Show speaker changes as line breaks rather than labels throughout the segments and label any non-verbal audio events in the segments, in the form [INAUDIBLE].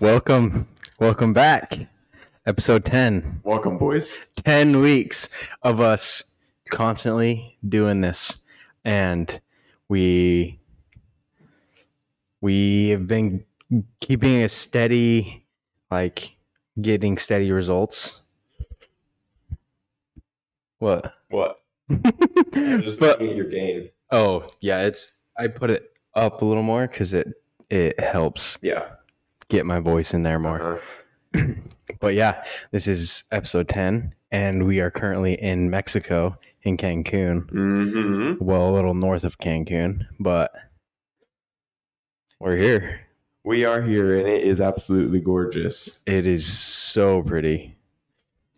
Welcome, welcome back. Episode 10.
Welcome, boys.
10 weeks of us constantly doing this. And we we have been keeping a steady like getting steady results. What?
What? I'm
[LAUGHS]
just
But-
looking at your game.
oh, yeah, it's I put it up a little more cuz it it helps
Yeah.
get my voice in there more.
Uh-huh.
[CLEARS THROAT] But yeah, this is episode 10, and we are currently in Mexico, in Cancun.
Mm-hmm.
Well, a little north of Cancun, but we're here.
We are here, and it is absolutely gorgeous.
It is so pretty.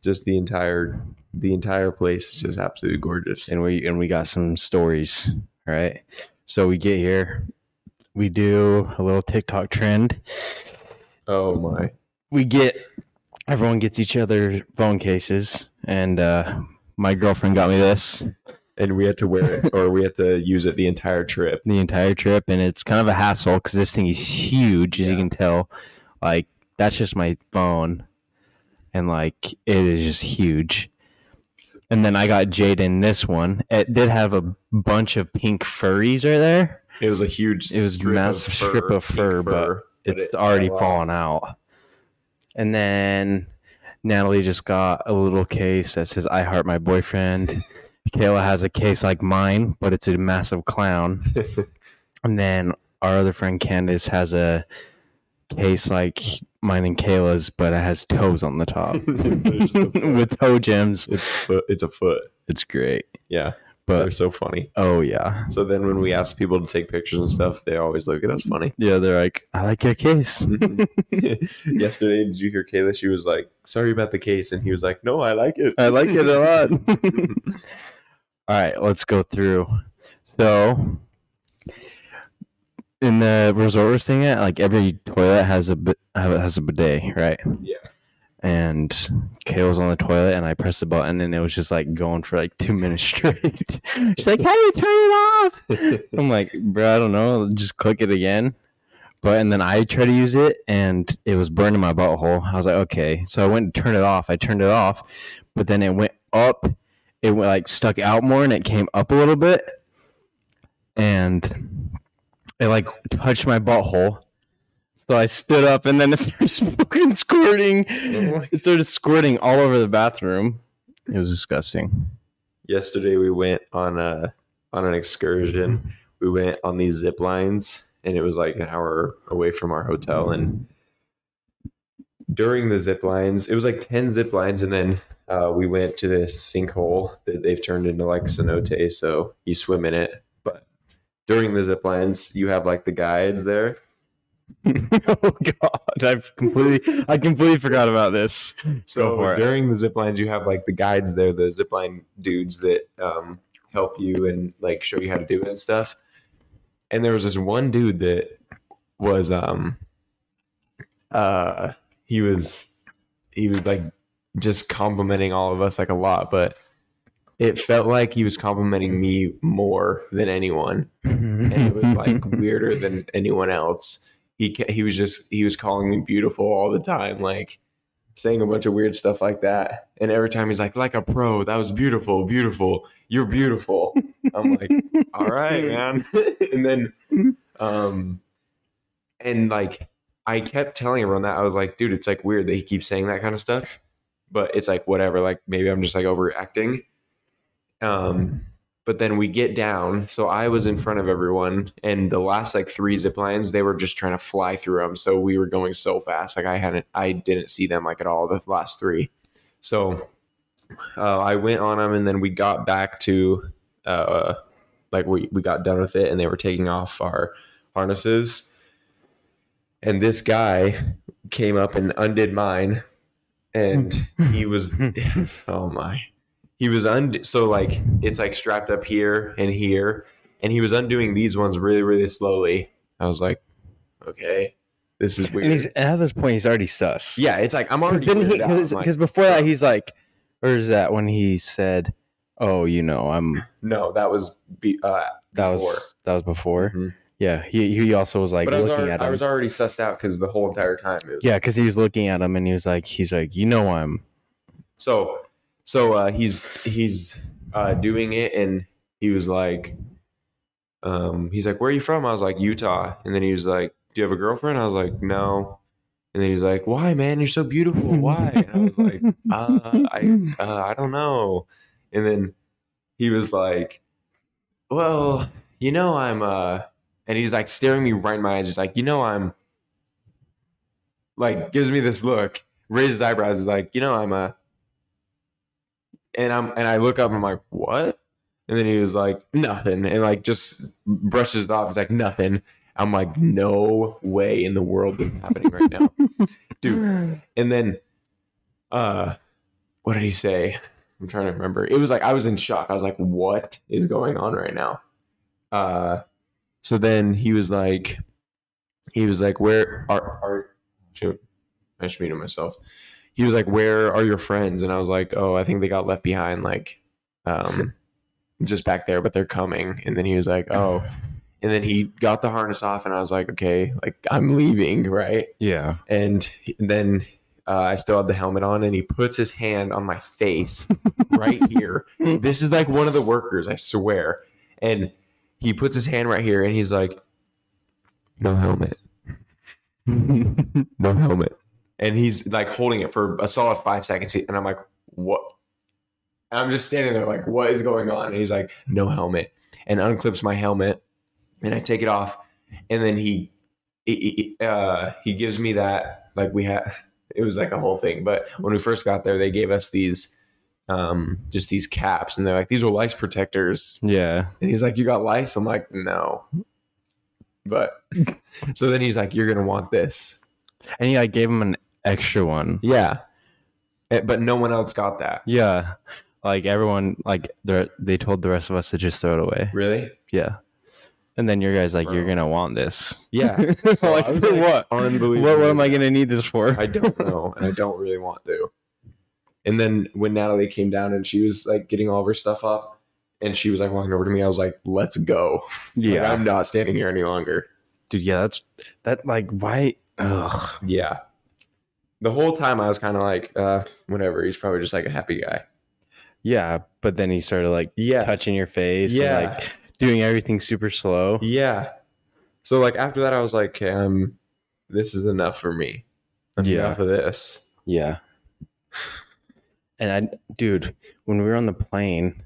Just the entire the entire place is just absolutely gorgeous.
And we and we got some stories. All right. So we get here. We do a little TikTok trend.
oh my!
we get everyone gets each other phone cases and uh my girlfriend got me this
And we had to wear it, or we had to use it the entire trip.
the entire trip and it's kind of a hassle because this thing is huge as you
Yeah.
can tell like that's just my phone and like it is just huge and then i got jaden this one it did have a bunch of pink furries right there
It was a huge.
It was
strip
massive
of fur,
strip of
pink
fur, but
but
it's
it
already
fell off.
fallen out and then natalie just got a little case that says i heart my
[LAUGHS]
boyfriend kayla has a case like mine but it's a massive
[LAUGHS]
clown and then our other friend Candace has a case like mine and Kayla's, but it has toes on the
[LAUGHS]
top [LAUGHS]
There's the fur.
with toe gems.
It's foot. It's a foot.
It's great.
Yeah, they're
But
so funny.
oh yeah.
So then, when we ask people to take pictures and stuff, they always look at us funny.
Yeah, they're like, I like your case.
[LAUGHS] Yesterday, did you hear Kayla? She was like, "Sorry about the case," and he was like, "No, I like it.
I like it a
[LAUGHS]
lot. All right, let's go through. So in the resort we're staying at, like every toilet has a bi- have- has a bidet, right?
Yeah.
And Kayla was on the toilet, and I pressed the button, and it was just like going for like two minutes [LAUGHS] straight. She's like, "How do you turn it off?" I'm like, bro, I don't know. Just click it again. But and then I tried to use it and it was burning my butthole. I was like, okay. So I went to turn it off. I turned it off, but then it went up. It went like stuck out more and it came up a little bit. And it like touched my butthole. So I stood up and then it [LAUGHS] started fucking squirting.
my-
It started squirting all over the bathroom. It was disgusting.
[LAUGHS]
[LAUGHS]
Yesterday, we went on a on an excursion. We went on these zip lines, and it was like an hour away from our hotel. And during the zip lines, it was like ten zip lines, and then uh, we went to this sinkhole that they've turned into like cenote, so you swim in it. But during the zip lines, you have like the guides there.
oh god, I've completely I completely forgot about this. Go for
So
it.
during the zip lines, you have like the guides there, the zip line dudes that um, help you and like show you how to do it and stuff. And there was this one dude that was um uh he was he was like just complimenting all of us like a lot, but it felt like he was complimenting me more than anyone
and
[LAUGHS] and it was like
Mm-hmm. [LAUGHS]
weirder than anyone else. He ca- he was just he was calling me beautiful all the time, like saying a bunch of weird stuff like that. And every time he's like, like a pro, that was beautiful, beautiful, you're beautiful. I'm like, [LAUGHS] all right, man. and then, um, and like I kept telling everyone that I was like, dude, it's like weird that he keeps saying that kind of stuff, but it's like whatever. Like maybe I'm just like overreacting. Um, but then we get down. So I was in front of everyone, and the last like three zip lines, they were just trying to fly through them. So we were going so fast, like I hadn't, I didn't see them like at all the last three. So uh, I went on them, and then we got back to uh, like we we got done with it, and they were taking off our harnesses. And this guy came up and undid mine,
[LAUGHS]
and he was oh my he was und so like it's like strapped up here and here and he was undoing these ones really really slowly i was like okay this is weird
he's at this point he's already sus.
yeah it's like i'm already
Because didn't he?
weirded out. I'm
Because
like,
before that he's like, or is that when he said, "Oh, you know, I'm."
[CLEARS THROAT] no that was be- uh
That
Before.
was that was before.
Mhm.
Yeah, he he also was like
but I was,
looking
already,
at
I
him.
was already sussed out because the whole entire time. It was,
yeah, because he was looking at him and he was like, he's like, you know, I'm
So, so uh, he's he's uh, doing it, and he was like, um, he's like, "Where are you from?" I was like, "Utah," and then he was like, "Do you have a girlfriend?" I was like, "No," and then he's like, "Why, man? You're so beautiful. Why?" And I was like, uh, "I uh, I don't know," and then he was like, "Well, you know, I'm uh," and he's like staring me right in my eyes, just like, "You know, I'm." Like gives me this look, raises his eyebrows, is like, you know, I'm a, and I'm and I look up and I'm like, what? And then he was like, nothing, and like just brushes it off. He's like, nothing. I'm like, no way in the world that's happening right now.
dude.
And then, uh, what did he say? I'm trying to remember. It was like I was in shock. I was like, what is going on right now? Uh, so then he was like, he was like, where are are? Shoot, I should be to myself. He was like, where are your friends? And I was like, oh, I think they got left behind, like, um, [LAUGHS] just back there, but they're coming. And then he was like, oh. And then he got the harness off, and I was like, okay, like I'm leaving, [LAUGHS] right?
Yeah,
and he- then uh, I still had the helmet on, and he puts his hand on my face right here. This is like one of the workers, I swear. And he puts his hand right here, and he's like, "No helmet, no helmet." And he's like holding it for a solid five seconds, and I'm like, "What?" And I'm just standing there like, "What is going on?" And he's like, "No helmet," and unclips my helmet, and I take it off, and then he he- he- uh, he gives me that like we had [LAUGHS] it was like a whole thing but when we first got there they gave us these um just these caps and they're like these are lice protectors
yeah.
and he's like you got lice i'm like no but [LAUGHS] so then he's like you're gonna want this
And he like gave him an extra one.
yeah Eh, but no one else got that
Yeah, like everyone, like they they told the rest of us to just throw it away.
really
Yeah, and then your guys like, you're
Bro.
gonna want this.
yeah
[LAUGHS]
So
like
I was
for what?
unbelievable
What what am I gonna need this for?
I don't know, and I don't really want to. And then when Natalie came down and she was like getting all of her stuff off, and she was like walking over to me, I was like, "Let's go!" Like,
[LAUGHS] yeah,
I'm not standing here any longer.
dude. Yeah, that's that. Like why? Ugh.
Yeah. The whole time I was kind of like, uh, whatever. He's probably just like a happy guy.
Yeah, but then he started like
Yeah,
touching your face. and,
yeah,
like doing everything super slow.
yeah. So like after that, I was like, um, this is enough for me. Enough
Yeah.
of this.
Yeah. And I, dude, when we were on the plane,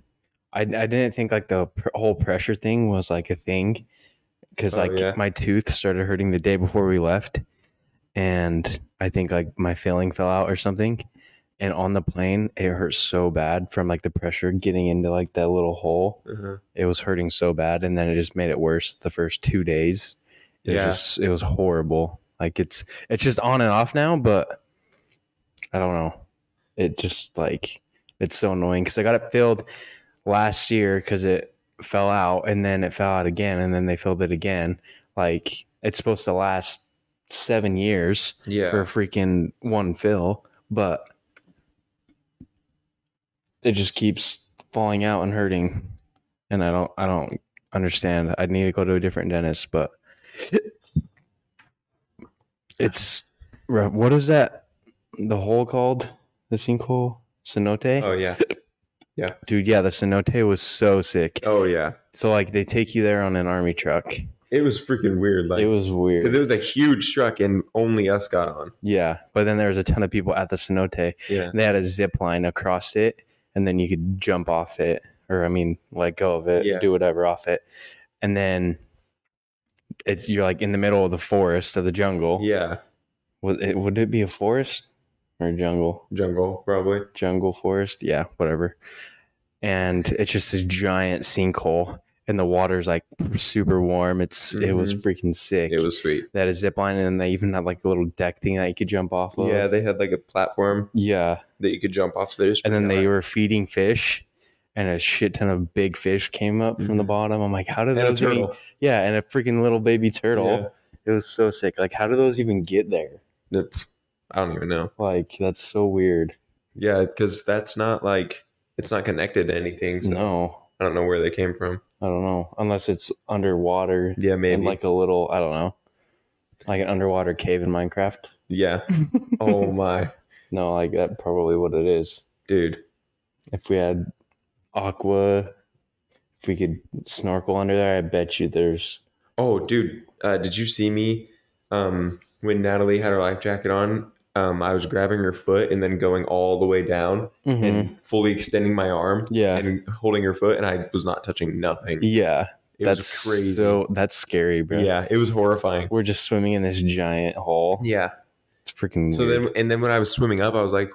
I, I didn't think like the pr- whole pressure thing was like a thing because
Oh,
like
yeah.
my tooth started hurting the day before we left. And I think like my filling fell out or something. And on the plane, it hurt so bad from like the pressure getting into like that little hole.
Uh-huh.
It was hurting so bad. And then it just made it worse the first two days. It
Yeah.
was just, it was horrible. Like it's, it's just on and off now, but I don't know. It just like it's so annoying because I got it filled last year because it fell out and then it fell out again and then they filled it again. Like it's supposed to last seven years
Yeah.
for a freaking one fill, but it just keeps falling out and hurting. And I don't, I don't understand. I need to go to a different dentist, but it's rough. what is that? The hole called the sinkhole cenote,
oh yeah.
dude. Yeah, the cenote was so sick.
Oh yeah.
So like they take you there on an army truck.
It was freaking weird. Like
it was weird.
There was a huge truck, and only us got on.
Yeah, but then there was a ton of people at the cenote.
Yeah.
They had a zip line across it, and then you could jump off it, or I mean, let go of it,
Yeah.
do whatever off it, and then it, you're like in the middle of the forest of the jungle.
Yeah.
Would it would it be a forest or a jungle?
Jungle, probably.
Jungle forest, yeah, whatever. And it's just this giant sinkhole, and the water's like super warm. It's it was freaking sick.
Mm-hmm. It was sweet.
They had a zip line, and they even had like a little deck thing that you could jump off of.
Yeah, they had like a platform
Yeah.
that you could jump off. They just
and then
put
they
down.
were feeding fish and a shit ton of big fish came up from the
Mhm.
bottom i'm like how do
and a
those even-
turtle.
yeah and a freaking little baby turtle
Yeah.
it was so sick like how do those even get there
The- I don't even know.
like that's so weird
Yeah, because that's not like it's not connected to anything. So
no
I don't know where they came from.
I don't know. Unless it's underwater
Yeah, maybe.
in like a little, I don't know, like an underwater cave in Minecraft.
yeah.
[LAUGHS]
oh my,
No, like that probably what it is.
dude.
If we had aqua, if we could snorkel under there, I bet you there's.
Oh, dude, uh, did you see me um, when Natalie had her life jacket on? Um, I was grabbing her foot and then going all the way down and fully extending my arm
Mm-hmm. yeah.
and holding her foot, and I was not touching nothing.
yeah.
It
that's
was crazy.
So, that's scary, bro.
yeah, it was horrifying.
We're just swimming in this giant hole.
Yeah.
It's freaking.
So
weird.
then, and then when I was swimming up, I was like,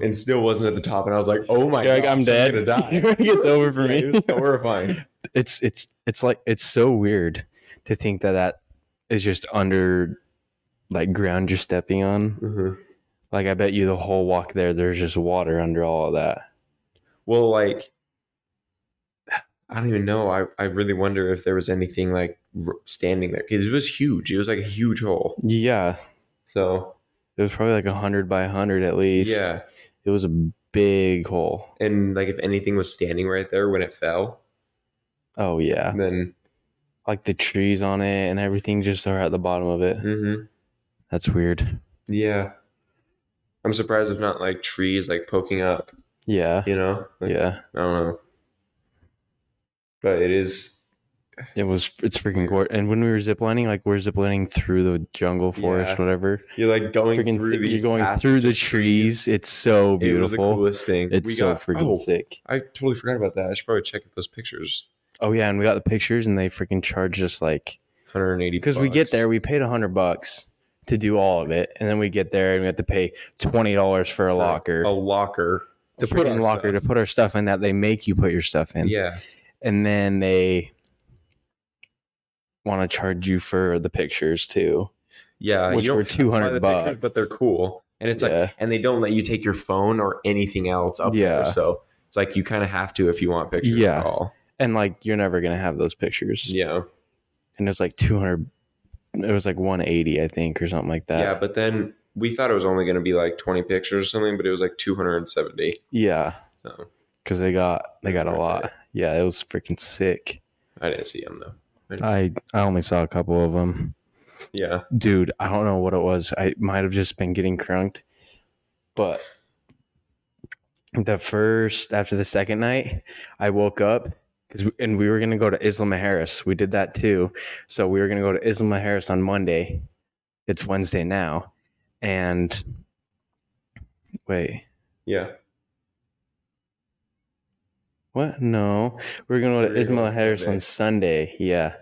and still wasn't at the top, and I was like, oh my
You're like,
gosh,
I'm dead. [LAUGHS]
gonna die.
it's over for
[LAUGHS] Yeah,
me.
It was horrifying.
[LAUGHS] it's it's it's like it's so weird to think that that is just under like ground you're stepping on.
Mhm.
Like I bet you the whole walk there, there's just water under all of that.
Well, like, I don't even know. I, I really wonder if there was anything like r- standing there because it was huge. It was like a huge hole.
Yeah,
So
it was probably like hundred by hundred at least.
yeah,
it was a big hole.
and like if anything was standing right there when it fell,
Oh yeah,
then
like the trees on it and everything just are at the bottom of it.
mhm.
That's weird.
yeah, I'm surprised if not like trees like poking up.
Yeah,
You know, Like,
yeah.
I don't know. But it is
It was. It's freaking gorgeous. And when we were ziplining, like we're ziplining through the jungle, forest,
Yeah.
whatever.
you're like going
freaking
through
thi-
these
you're going
paths
through
of
the
just
trees. It's so
It was the
beautiful.
coolest thing.
It's so freaking
oh,
sick.
I totally forgot about that. I should probably check out those pictures.
Oh yeah, and we got the pictures, and they freaking charged us like
180
because we get
bucks.
there, we paid a hundred bucks to do all of it, and then we get there and we have to pay twenty dollars for a
for
locker,
A locker.
to put in
our
locker
stuff.
to put our stuff in that they make you put your stuff in,
Yeah.
and then they want to charge you for the pictures too,
Yeah.
which were
have to
two
buy
hundred
the pictures,
bucks.
but they're cool. And it's like,
yeah,
and they don't let you take your phone or anything else up
Yeah.
there. So it's like you kind of have to if you want pictures
Yeah.
at all.
and like you're never gonna have those pictures.
Yeah.
and it was like 200 it was like 180 i think or something like
yeah.
that
But then we thought it was only going to be like 20 pictures or something, but it was like 270.
yeah
So
because they got they got a
Right
lot yeah it was freaking sick
I didn't see them though.
i i only saw a couple of them
Yeah.
dude i don't know what it was i might have just been getting crunked but the first after the second night i woke up because and we were gonna go to isla Harris. we did that too so we were gonna go to isla Harris on monday it's wednesday now and wait
Yeah.
What? No, we are gonna go to
We were going
Ismail
on
Harris on Sunday. Yeah,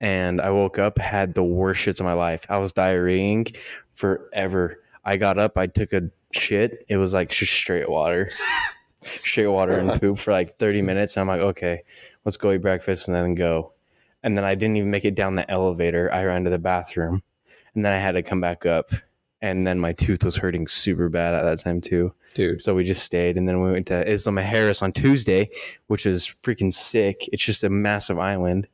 and I woke up had the worst shits of my life. I was diarrheaing forever. I got up, I took a shit. It was like just straight water, [LAUGHS] straight water and poop for like thirty minutes. And I'm like, okay, let's go eat breakfast and then go. And then I didn't even make it down the elevator. I ran to the bathroom, and then I had to come back up. And then my tooth was hurting super bad at that time too.
Dude.
So we just stayed, and then we went to Isla Mujeres on Tuesday, which is freaking sick. It's just a massive island,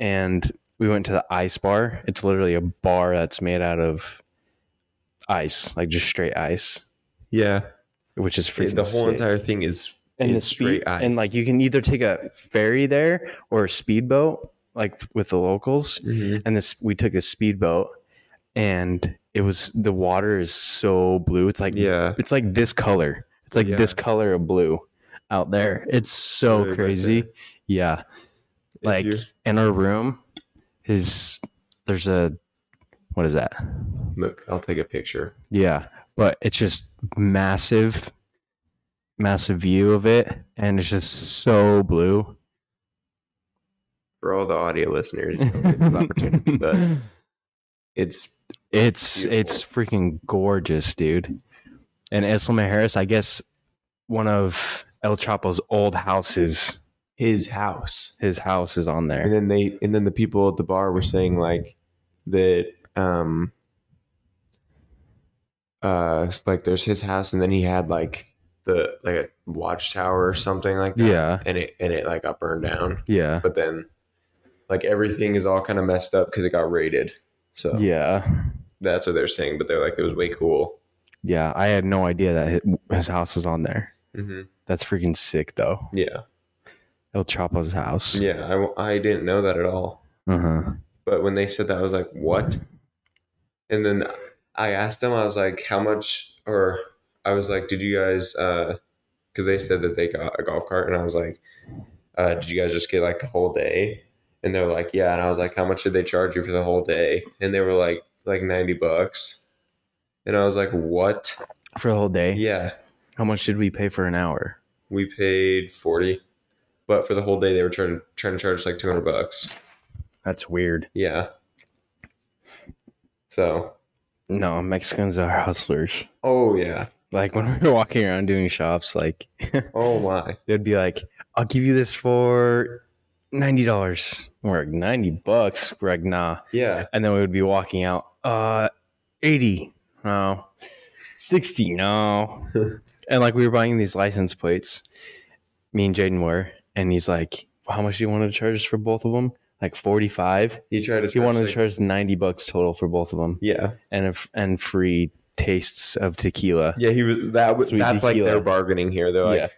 and we went to the ice bar. It's literally a bar that's made out of ice, like just straight ice,
Yeah.
which is freaking
the whole
sick.
entire thing is
and the
it's straight
speed,
ice.
and like you can either take a ferry there or a speedboat, like with the locals.
Mhm.
And this we took a speedboat, and it was the water is so blue. It's like
yeah.
it's like this color. It's like
Yeah.
this color of blue out there. It's so
Really right
crazy.
there.
yeah.
If
Like
you're-
in our room is there's a what is that?
look, I'll take a picture.
Yeah. But it's just massive massive view of it and it's just so blue.
for all the audio listeners, you don't get
[LAUGHS]
this opportunity, but it's
It's it's freaking gorgeous, dude. And Islam Harris, I guess one of El Chapo's old houses,
his house.
his house is on there.
And then they and then the people at the bar were saying like that um uh like there's his house and then he had like the like a watchtower or something like that.
Yeah.
And it and it like got burned down.
Yeah.
But then like everything is all kind of messed up because it got raided. So
Yeah.
that's what they're saying. But they're like it was way cool.
Yeah. I had no idea that hi- his house was on there.
hmm
That's freaking sick, though.
Yeah.
El Chapo's house.
Yeah, I, w- I didn't know that at all.
Uh huh.
But when they said that, I was like, what? And then I asked them, I was like, how much, or I was like, did you guys, because they said that they got a golf cart, and I was like, uh, did you guys just get like the whole day? And they were like, yeah. And I was like, how much did they charge you for the whole day? And they were like, like 90 bucks. And I was like, what?
For the whole day.
Yeah,
How much did we pay for an hour?
we paid 40. But for the whole day, they were trying, trying to charge us, like 200 bucks.
That's weird.
Yeah. So,
No, Mexicans are hustlers.
oh yeah.
Like when we were walking around doing shops, like
Oh my.
they'd be like, "I'll give you this for ninety dollars." We're like ninety bucks. We're like, nah.
Yeah.
And then we would be walking out. Uh, eighty. No. Sixty. No. and like we were buying these license plates. Me and Jaden were, and he's like, "How much do you want to charge us for both of them?" Like forty-five.
He tried to
He wanted to
like-
charge ninety bucks total for both of them,
Yeah.
and a f and free tastes of tequila.
Yeah, he was that was
Sweet
that's like
tequila.
their bargaining here. They're like
Yeah.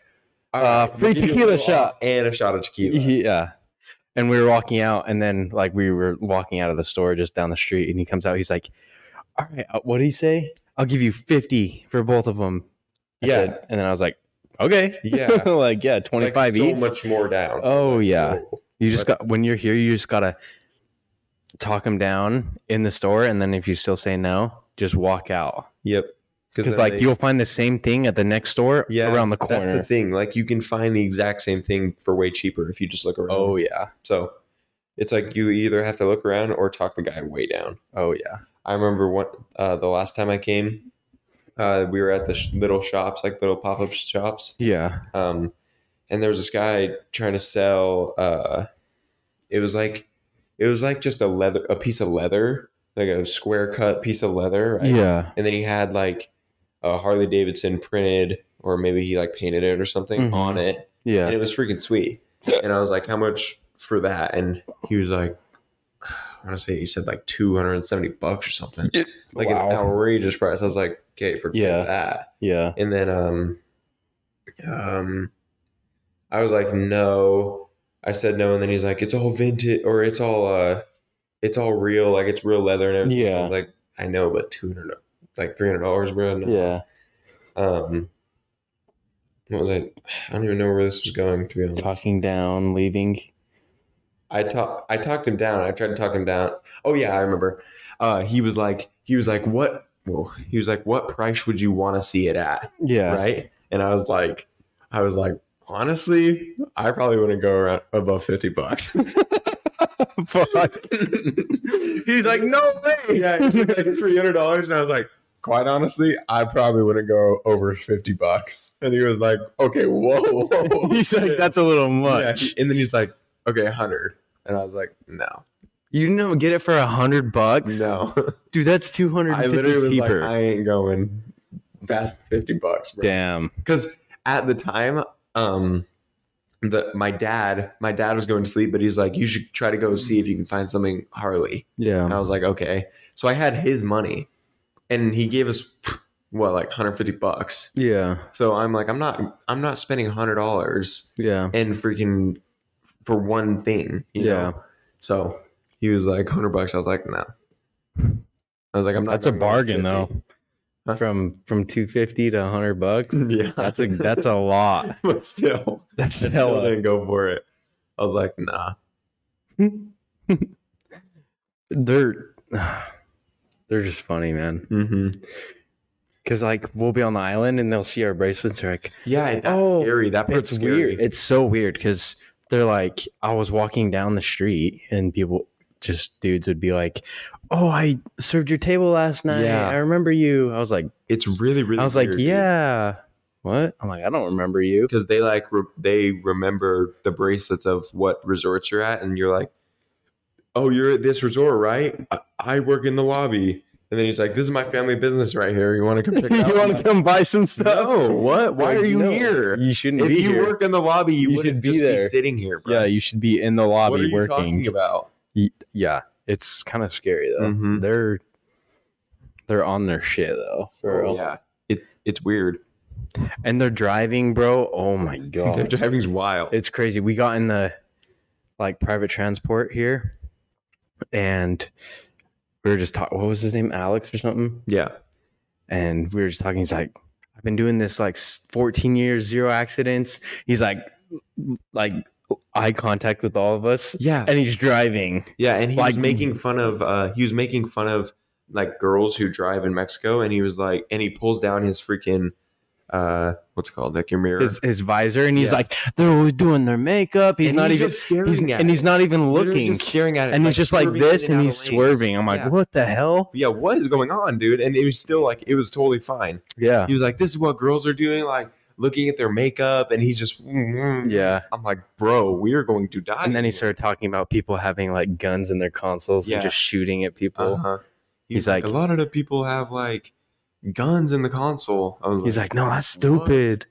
"All right,
Uh, free
we'll give you a
tequila
little
shot."
off and a shot of tequila.
Yeah. And we were walking out, and then like we were walking out of the store just down the street, and he comes out. He's like, "All right, uh, what did he say? I'll give you fifty for both of them."
Yeah.
and then I was like, "Okay,
Yeah.
[LAUGHS] like yeah, twenty
Like,
five
so
each."
much more down.
Oh, yeah.
cool.
you just got when you're here, you just gotta talk him down in the store, and then if you still say no, just walk out
Yep.
because
then
like
they-
you'll find the same thing at the next store
Yeah,
around the
that's the
corner.
thing. Like you can find the exact same thing for way cheaper if you just look around.
oh yeah,
So it's like you either have to look around or talk the guy way down.
oh yeah.
I remember one uh, the last time I came, uh, we were at the sh- little shops, like little pop up shops,
Yeah.
um, and there was this guy trying to sell. Uh, it was like, it was like just a leather, a piece of leather, like a square cut piece of leather, right?
Yeah.
And then he had like a Harley Davidson printed, or maybe he like painted it or something
Mhm.
on it, and
Yeah.
it was freaking sweet. And I was like, "How much for that?" And he was like, "I want to say he said like two hundred and seventy bucks or something." like an outrageous price. I was like, okay, for
Yeah.
that.
Yeah.
And then um um I was like, no. I said no, and then he's like, it's all vintage or it's all uh it's all real, like it's real leather and everything. I
Yeah.
was like, I know, but two hundred like three hundred dollars, bro. No.
Yeah.
Um what was I? I don't even know where this was going. To be honest,
talking down, leaving.
I talk, I talked him down. I tried to talk him down. Oh yeah, I remember. Uh, he was like, he was like, what? Whoa. He was like, what price would you want to see it at?
Yeah.
right? And I was like, I was like, honestly, I probably wouldn't go around above fifty bucks. [LAUGHS]
[LAUGHS] Fuck.
he's like, no way. Yeah, he's like, it's three hundred dollars, and I was like, quite honestly, I probably wouldn't go over fifty bucks. And he was like, okay, whoa, whoa, whoa.
[LAUGHS] He's like, that's a little much.
Yeah, and then he's like, okay, hundred, and I was like, no,
You didn't get it for a hundred bucks, [LAUGHS]
no.
dude. That's two hundred.
I literally was like, I ain't going past fifty bucks,
[LAUGHS]
bro.
Damn.
because at the time um the my dad my dad was going to sleep but he's like you should try to go see if you can find something harley and
Yeah.
i was like okay so i had his money and he gave us what like 150 bucks
Yeah.
so i'm like i'm not i'm not spending 100 dollars
Yeah.
and freaking for one thing you
Yeah.
know? so he was like 100 bucks i was like no i was like i'm not
That's a
going over
bargain
50.
though.
Huh?
From from two fifty to hundred bucks.
[LAUGHS] yeah
That's a that's a lot.
[LAUGHS] but still
[LAUGHS] That's a
Still
hell uh,
didn't go for it. I was like, nah.
[LAUGHS] They're [SIGHS] they're just funny, man.
Mm-hmm.
Cause like we'll be on the island and they'll see our bracelets. They're like,
Yeah, that's
Oh,
scary. That part's
it's
scary.
weird. It's so weird because they're like, I was walking down the street and people, just dudes, would be like, "Oh, I served your table last night.
Yeah.
I remember you." I was like,
It's really, really.
I was like, yeah. What? I'm like, I don't remember [LAUGHS] you.
because they like re- they remember the bracelets of what resorts you're at, and you're like, oh, you're at this resort, right? I, I work in the lobby, and then he's like, this is my family business right here. You want to come
[LAUGHS]
check it out?
wanna come buy some
No, what? Why
Like,
are you
no,
here?
You shouldn't
if
be
you
here.
work in the lobby, you,
You
wouldn't
should be
just
there.
be sitting here, bro.
yeah, you should be in the lobby
what are you
working.
talking about?
Y- Yeah, it's kind of scary though.
Mhm.
They're they're on their shit though. For
Oh,
real.
yeah, it it's weird.
And they're driving, bro. Oh [LAUGHS] my god.
[LAUGHS] Their driving's wild.
it's crazy. We got in the like private transport here, and we were just talking. What was his name, Alex or something?
yeah.
And we were just talking. He's like, I've been doing this like s- 14 years, zero accidents. He's like, like eye contact with all of us,
Yeah.
and he's driving.
Yeah, and he
Like-
was making fun of uh he was making fun of like girls who drive in Mexico and he was like and he pulls down his freaking uh what's it called like your mirror.
His, his visor, and he's
Yeah.
like, they're always doing their makeup. He's
And
not even.
just staring
He's,
at
and
it.
he's not even
Literally
looking,
just staring at it
and he's just like
swerving in
this, and
out
he's
of lanes.
swerving. I'm like,
yeah.
what the hell?
yeah, what is going on, dude? And it was still like it was totally fine.
Yeah,
He was like, This is what girls are doing, like looking at their makeup and he just mm, mm.
yeah.
I'm like, bro, we are going to die.
and then he
here."
started talking about people having like guns in their consoles
Yeah.
and just shooting at people.
Uh-huh. He
He's
was like,
like-
a lot of the people have like guns in the console. I was
He's like, "No, that's stupid."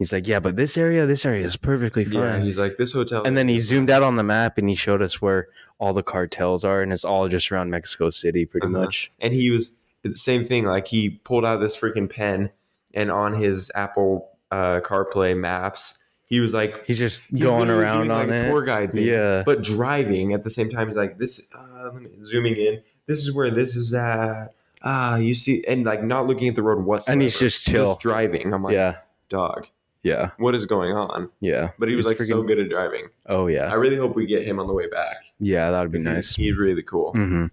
He's like, "Yeah, but this area, this area is perfectly
yeah.
fine."
He's like, this hotel.
and then he zoomed out on the map and he showed us where all the cartels are, and it's all just around Mexico City, pretty
Uh-huh.
much.
and he was the same thing. Like he pulled out this freaking pen, and on his Apple uh, CarPlay maps, he was like
He's just
he's
going
literally
around
doing,
on
like, a
it.
tour guide thing, Oh
Yeah.
but driving at the same time. He's like this, uh, let me, zooming in. This is where this is at. Ah, you see, and like not looking at the road whatsoever.
And he's just chill.
driving. I'm like,
yeah,
dog,
yeah,
what is going on?
yeah.
But he was
He's
like so
freaking-
good at driving.
Oh
I
yeah,
really hope we get him on the way back.
yeah. That would be
'Cause he's-
nice.
He's, really cool.
hmm
Mm.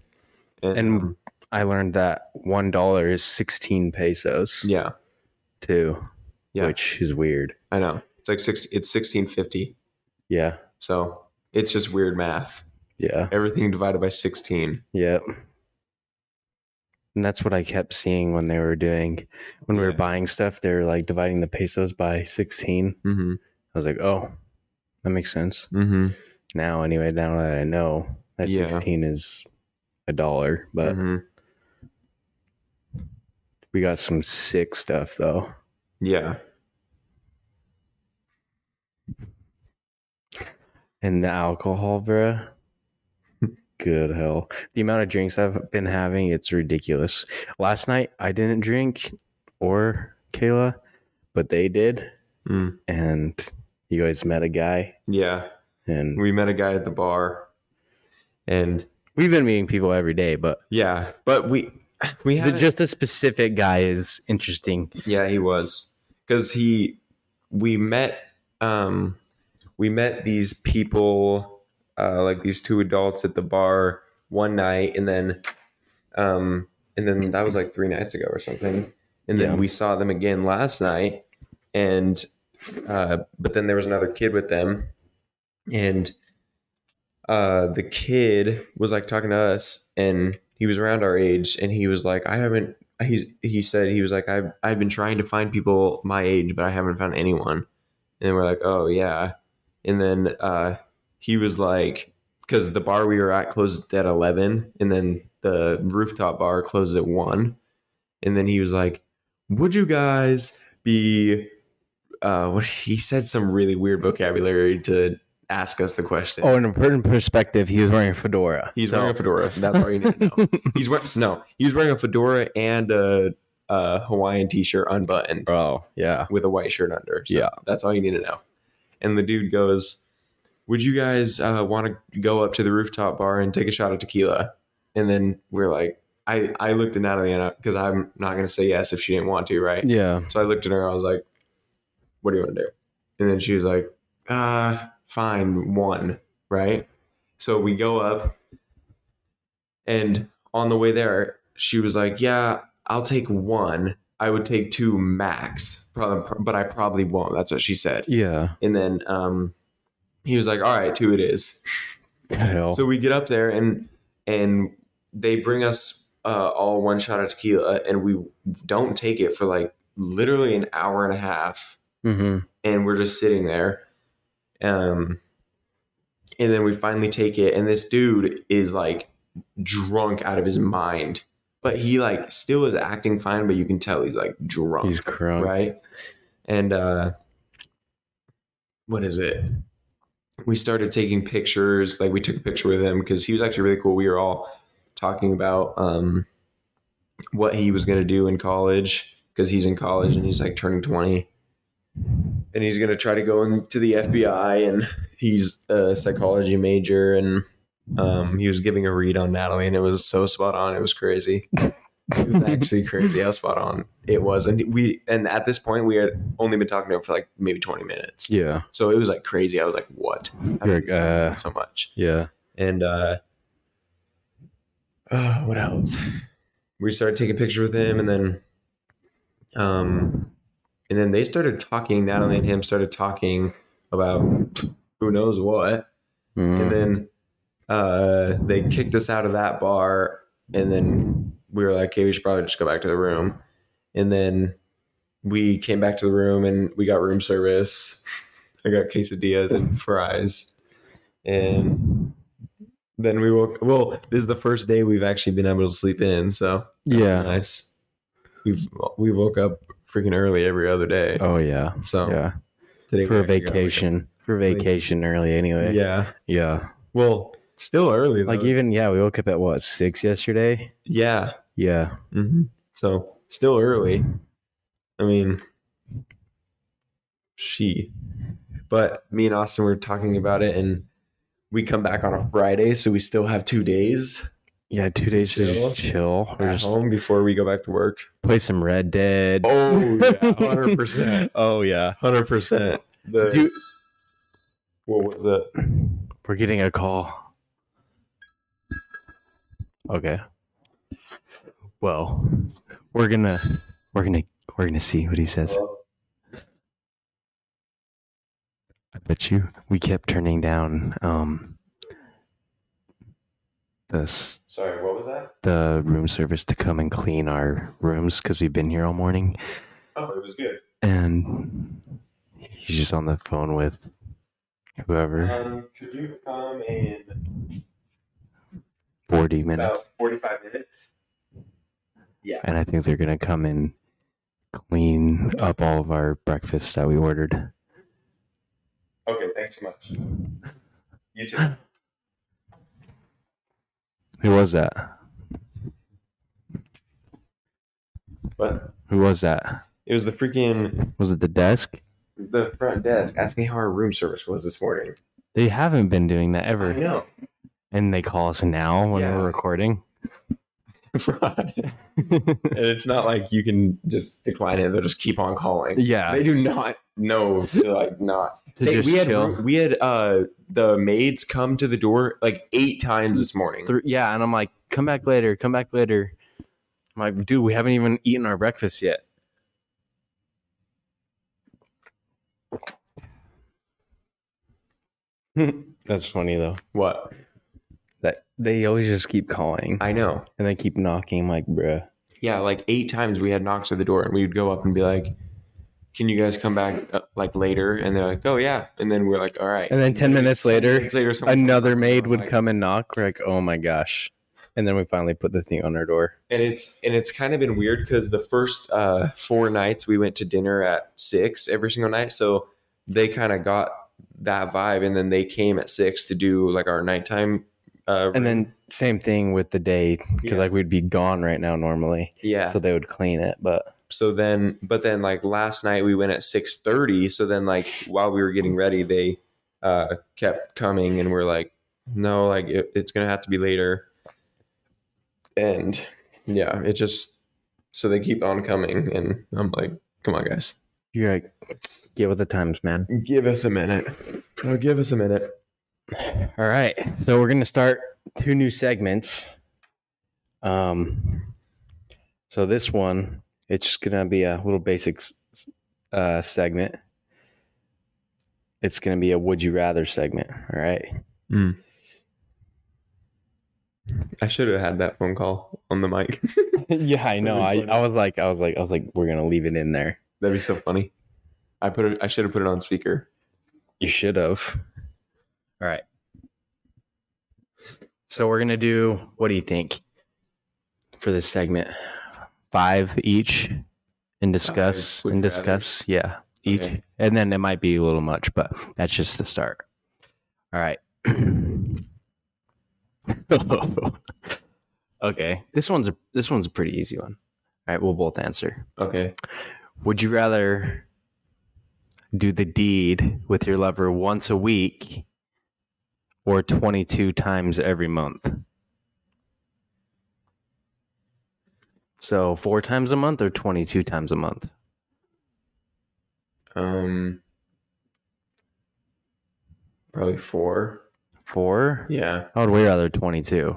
And,
And-
um,
I learned that one dollar is sixteen pesos
yeah,
too,
Yeah.
which is weird.
I know. It's like six. It's sixteen fifty.
Yeah,
So it's just weird math.
yeah.
Everything divided by 16.
Yep. And that's what I kept seeing when they were doing when we were
Yeah.
buying stuff, they were like dividing the pesos by 16.
Mm-hmm.
I was like, "Oh, that makes sense."
Mm-hmm.
Now anyway, now that I know that
Yeah. Mm-hmm.
16 is a dollar, but we got some sick stuff though.
Yeah.
And the alcohol, bruh. [LAUGHS] Good hell. The amount of drinks I've been having, it's ridiculous. Last night I didn't drink or Kayla, but they did. Hmm.
Mm.
and you guys met a guy
Yeah.
and
We met a guy at the bar and
we've been meeting people every day but
yeah, but we, [SIGHS] we
the,
had,
just a specific guy is interesting
yeah, he was because he, we met, um, we met these people, uh, like these two adults at the bar one night and then, um, and then that was like three nights ago or something. And then
Yeah.
we saw them again last night and uh, but then there was another kid with them and uh, the kid was like talking to us and he was around our age and he was like i haven't he, he said he was like I've, I've been trying to find people my age but i haven't found anyone and we're like oh yeah and then uh, he was like because the bar we were at closed at 11 and then the rooftop bar closed at 1 and then he was like would you guys be uh, what [LAUGHS] he said some really weird vocabulary to ask us the question.
oh in a certain perspective he was wearing a fedora
he's
So-
wearing a fedora. [LAUGHS] That's all you need to
[LAUGHS]
know. He's wearing no, he was wearing a fedora and a, a Hawaiian t-shirt unbuttoned
bro yeah
with a white shirt under. So
Yeah.
that's all you need to know. And the dude goes, "Would you guys uh, want to go up to the rooftop bar and take a shot of tequila?" And then we're like, I I looked at Natalie and because I'm not gonna say yes if she didn't want to, right?
yeah
So I looked at her. I was like, "What do you want to do?" And then she was like, "Uh, fine, one, right?" So we go up, and on the way there, she was like, "Yeah, I'll take one. I would take two max, prob- but I probably won't." That's what she said.
yeah
And then um, he was like, "All right, two it is."
Good hell.
So we get up there and and they bring us uh, all one shot of tequila, and we don't take it for like literally an hour and a half,
Mhm.
and we're just sitting there. Um, and then we finally take it, and this dude is like drunk out of his mind, but he like still is acting fine, but you can tell he's like drunk
he's crunk
right? And uh, what is it? We started taking pictures. Like we took a picture with him because he was actually really cool. We were all talking about um, what he was going to do in college because he's in college and he's like turning 20 and he's going to try to go into the FBI and he's a psychology major and um, he was giving a read on Natalie and it was so spot on it was crazy it was actually crazy how spot on it was and we and at this point we had only been talking to him for like maybe 20 minutes
Yeah.
so it was like crazy I was like what I've
You're like,
been
uh,
so much
Yeah.
and uh, uh what else we started taking pictures with him and then um and then they started talking natalie and him started talking about who knows what
Mm-hmm. Mm.
and then uh they kicked us out of that bar and then we were like okay we should probably just go back to the room and then we came back to the room and we got room service i got quesadillas and fries and then we woke well this is the first day we've actually been able to sleep in so
yeah.
nice we've we woke up freaking early every other day
Oh yeah.
so
yeah.
today
For
we
a
actually got, like,
vacation. For
Like-
vacation early
a-
anyway.
yeah
Yeah.
well still early
Like
though.
even yeah, we woke up at what, six yesterday?
yeah
Yeah.
hmm So still early. I mean, she. But me and Austin were talking about it, and we come back on a Friday, so we still have two days
Yeah, two days to
Chill.
just chill or
at
just
home before we go back to work.
play some Red Dead.
Oh [LAUGHS] yeah, hundred percent,
[LAUGHS] Oh yeah.
hundred percent. The
Dude,
what was the
we're getting a call. Okay. Well, we're gonna we're gonna we're gonna see what he says.
uh,
I bet you we kept turning down um the s-
sorry? What was that?
the room service to come and clean our rooms because we've been here all morning
Oh, it was good.
and he's just on the phone with whoever
Um, could you come in
40 minutes
forty-five minutes? Yeah.
and I think they're gonna come and clean up all of our breakfast that we ordered.
Okay. Thanks so much. You too. [LAUGHS]
Who was that?
But
Who was that?
It was the freaking
Was it the desk?
the front desk asking how our room service was this morning.
They haven't been doing that ever. [LAUGHS]
know,
And they call us now when
Yeah.
we're recording.
and it's not like you can just decline it; they'll just keep on calling.
yeah.
They do not know, to, like not.
To
They-
just
we had
chill.
we had uh the maids come to the door like eight times this morning.
Thr- yeah, and I'm like, come back later, come back later. I'm like, dude, we haven't even eaten our breakfast yet. [LAUGHS] That's funny though.
What
That they always just keep calling
I know,
and they keep knocking. I'm like, bruh.
yeah, like eight times we had knocks at the door, and we would go up and be like. Can you guys come back uh, like later? And they're like, "Oh yeah," and then we're like, "All right."
And then 10 minutes later,
minutes later someone-
another maid would
Like,
come and knock. We're like, oh my gosh. And then we finally put the thing on our door.
and it's and it's kind of been weird because the first uh, four nights we went to dinner at six every single night, so they kind of got that vibe, and then they came at six to do like our nighttime. Uh,
And then same thing with the day because
Yeah.
like we'd be gone right now normally,
yeah,
so they would clean it. But
so then but then like last night we went at six thirty, so then like while we were getting ready, they uh, kept coming, and we're like, no, like it, it's gonna have to be later, and yeah, it just so they keep on coming, and I'm like, come on, guys.
you're like, get with the times, man.
Give us a minute. Oh, give us a minute.
All right. So we're going to start two new segments. Um so this one it's just going to be a little basic s- s- uh segment. It's going to be a would you rather segment, all right?
I should have had that phone call on the mic.
[LAUGHS]
[LAUGHS]
yeah, I know. I,
Really funny.
I was like I was like I was like we're going to leave it in there.
That'd be so funny. I put it. I should have put it on speaker.
You should have. All right. So we're gonna do. What do you think for this segment? Five each, and discuss
would
and
you
discuss. Yeah, each,
Okay.
and then it might be a little much, but that's just the start. All right. [LAUGHS] okay, this one's a this one's a pretty easy one. All right, we'll both answer.
Okay.
Would you rather do the deed with your lover once a week or 22 times every month? So, four times a month or 22 times a month?
Um. Probably four.
Four?
Yeah,
I would way rather 22.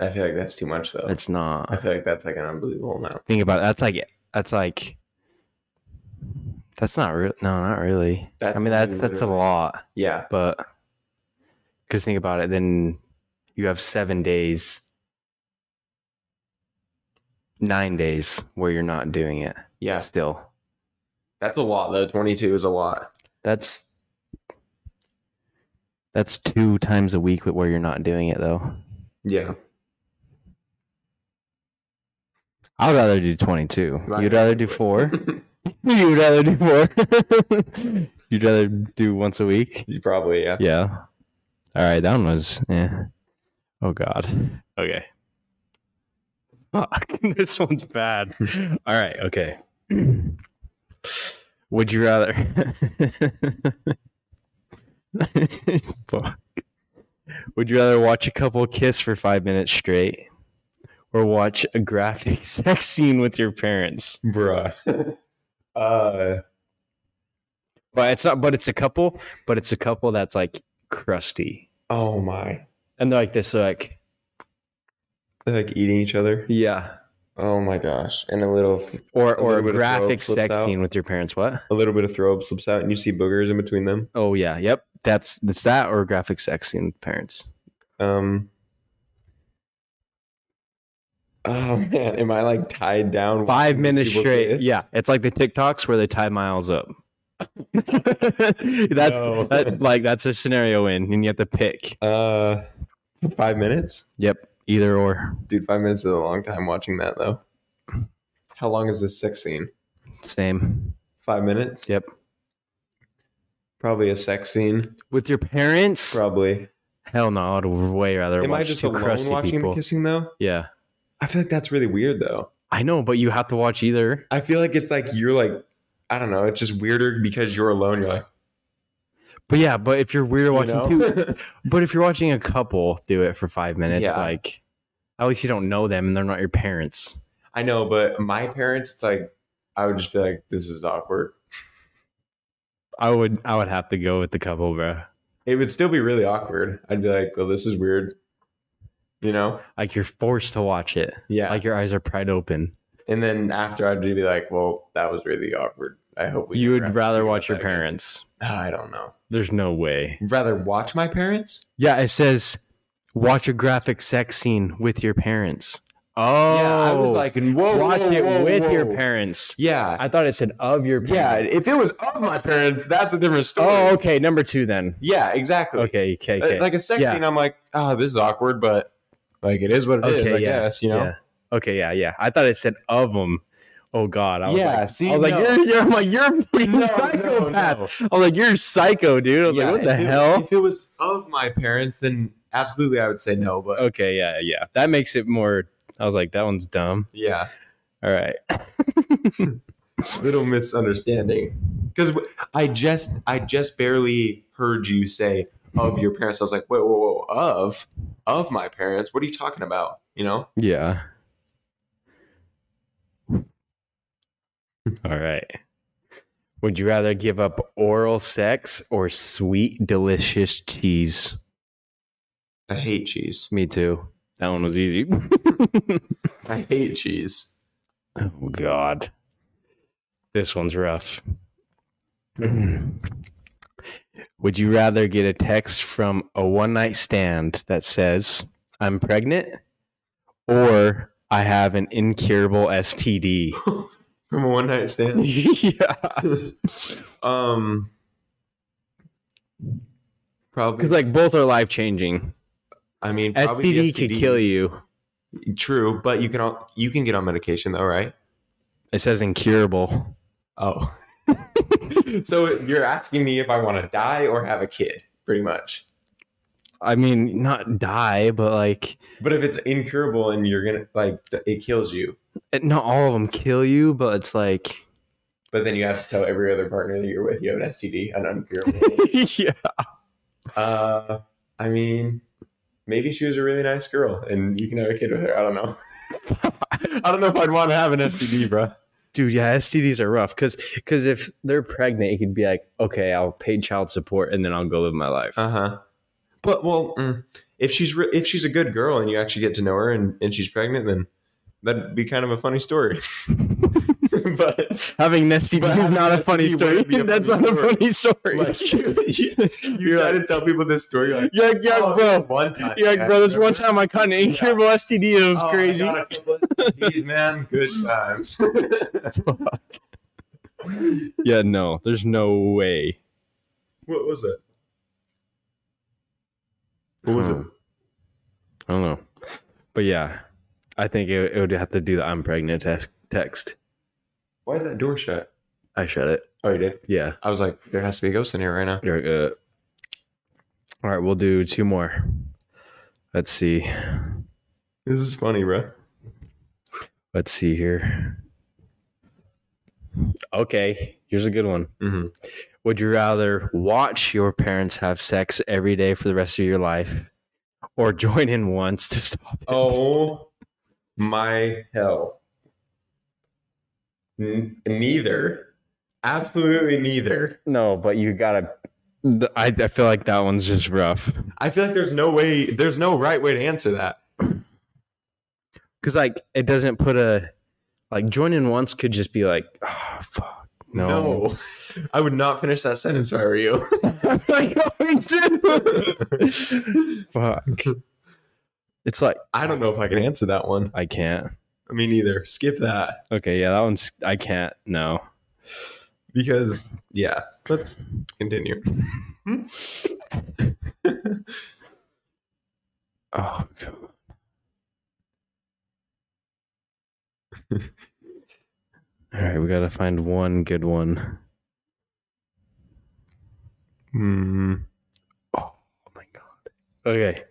I feel like that's too much though.
It's
I
not.
feel like that's like an unbelievable amount.
Think about it. That's like, that's like, that's not real. No, not really.
That's
I mean, that's, that's a
literally-
lot.
Yeah,
but because think about it then you have seven days nine days where you're not doing it
yeah,
still
that's a lot though. Twenty two is a lot.
that's that's two times a week where you're not doing it though
Yeah, [LAUGHS]
i'd rather do 22
Right.
you'd rather do four [LAUGHS] you'd rather do four [LAUGHS] you'd rather do once a week
you probably yeah.
yeah all right that one was yeah oh god okay Fuck, [LAUGHS] this one's bad all right okay [CLEARS THROAT] would you rather [LAUGHS] Fuck. would you rather watch a couple kiss for five minutes straight or watch a graphic [LAUGHS] sex scene with your parents
bruh. [LAUGHS] uh,
but it's not but it's a couple but it's a couple that's like crusty
oh my,
and they're like this like
they're like eating each other.
Yeah.
Oh my gosh, and a little,
Or
A
or
little
a
bit of
graphic
throat slips
sex
out.
scene with your parents. What?
a little bit of throw up slips out, and you see boogers in between them.
Oh yeah. Yep. That's that's that or a graphic sex scene with parents.
Um. Oh [LAUGHS] man, am I like tied
Five
down? watching these
minutes
people
straight.
kiss?
Yeah. It's like the TikToks where they tie miles up. [LAUGHS] that's
No.
that, like that's a scenario in and you have to pick.
Uh, five minutes,
Yep. Either or.
dude. Five minutes is a long time watching that though. How long is this sex scene?
Same.
Five minutes.
Yep.
Probably a sex scene.
With your parents?
Probably.
Hell no, I'd way rather
Am
watch
I just
two
alone
crusty
watching
people.
the kissing though?
Yeah.
I feel like that's really weird though.
I know, but you have to watch either.
I feel like it's like you're like I don't know. It's just weirder because you're alone. You're like
But yeah, but if you're weird
you
watching two
[LAUGHS] know?
But if you're watching a couple do it for five minutes,
Yeah.
like at least you don't know them and they're not your parents.
I know, but my parents, it's like I would just be like, this is awkward.
I would I would have to go with the couple, bro.
It would still be really awkward. I'd be like, well, this is weird. You know?
Like you're forced to watch it.
Yeah.
Like your eyes are pried open.
and then after I'd be like, well, that was really awkward. I hope we
you
never have
would
to
rather
speak
watch
about
your
that again."
parents.
I don't know.
There's no way.
Rather watch my parents?
Yeah, it says watch a graphic sex scene with your parents. Oh,
Yeah. I was like, whoa,
watch
whoa,
it
whoa,
with your
whoa.
parents.
Yeah.
I thought it said of your
Yeah.
parents.
If it was of my parents, that's a different story.
Oh, okay. Number two then.
Yeah, exactly.
Okay, okay,
Uh,
okay.
Like a sex
Yeah.
scene, I'm like, oh, this is awkward, but like it is what it is.
Okay,
I
yeah,
guess, you know?
Yeah. Okay. Yeah. Yeah. I thought it said of them. Oh God. I was
Yeah,
Like,
see,
I was like,
no.
you're, you're, I'm like, you're a freaking psychopath. I was like, you're a psycho, dude. I was like, what the
if it-
hell?
if it was of my parents, then absolutely I would say no. But
okay. Yeah. Yeah. That makes it more. I was like, that one's dumb.
yeah,
All right.
little misunderstanding. Because I just I just barely heard you say of your parents. I was like, whoa, whoa, whoa, of of my parents. What are you talking about? You know?
Yeah. All right. Would you rather give up oral sex or sweet, delicious cheese?
I hate cheese.
Me too. That one was easy. [LAUGHS]
I hate cheese. [LAUGHS]
Oh God, this one's [CLEARS THROAT] rough. Would you rather get a text from a one night stand that says "I'm pregnant" or "I have an incurable [LAUGHS] STD"?
From a one night stand. [LAUGHS]
yeah,
um. Probably.
because like both are life changing.
I mean, probably the
STD could kill you.
True, but you can all, you can get on medication though, right?
It says incurable.
Oh. [LAUGHS] so you're asking me if I want to die or have a kid, pretty much.
I mean, not die, but like
But if it's incurable and you're gonna like th- it kills you,
not all of them kill you, but it's like
But then you have to tell every other partner that you're with you have an STD, an
[LAUGHS]
uncurable. [LAUGHS]
yeah.
uh, I mean, maybe she was a really nice girl, and you can have a kid with her. I don't know. [LAUGHS] I don't know if I'd want to have an STD, bro.
Dude, yeah, STDs are rough because because if they're pregnant, it could be like, okay, I'll pay child support and then I'll go live my life. [LAUGHS]
Uh huh. But well, mm, if she's re- if she's a good girl and you actually get to know her and, and she's pregnant, then that'd be kind of a funny story. but
Having an STD
But
is
having
not
an
a funny
STD
story.
would be
[LAUGHS]
a
That's
funny
not a funny
story.
story. [LAUGHS]
like, [LAUGHS] you, you, you
You're
try
like-
to tell people this
[LAUGHS]
story, like,
yeah, yeah,
oh,
bro.
one time,
You're like,
yeah,
bro, this one
remember?
time I caught an incurable STD. It was
Oh, I
crazy. [LAUGHS]
got a couple STDs, man, good [LAUGHS] times.
Yeah, no, there's no way.
What was it? What was
Huh. I don't know. But yeah, I think it, it would have to do the I'm pregnant test text.
Why is that door shut?
I shut it.
Oh, you did.
Yeah.
I was like, there has to be a ghost in here right now.
You're good. All right, we'll do two more. Let's see.
This is funny, bro.
Let's see here. Okay, here's a good one.
Mm-hmm.
Would you rather watch your parents have sex every day for the rest of your life or join in once to stop it?
Oh [LAUGHS] my hell! N- neither. Absolutely neither.
No, but you gotta. th- I, I feel like that one's just rough.
I feel like there's no way. There's no right way to answer that.
Cause like it doesn't put a like join in once could just be like oh, fuck no.
No. [LAUGHS] I would not finish that sentence if I were you. [LAUGHS]
It's [LAUGHS] like, oh, me too. fuck. It's like
I don't know if I can answer that one.
I can't.
I mean, either skip that.
Okay, yeah, that one's I can't. No.
because yeah let's continue
Oh God. [LAUGHS] All right, we gotta find one good one.
Hmm.
Oh my god. Okay.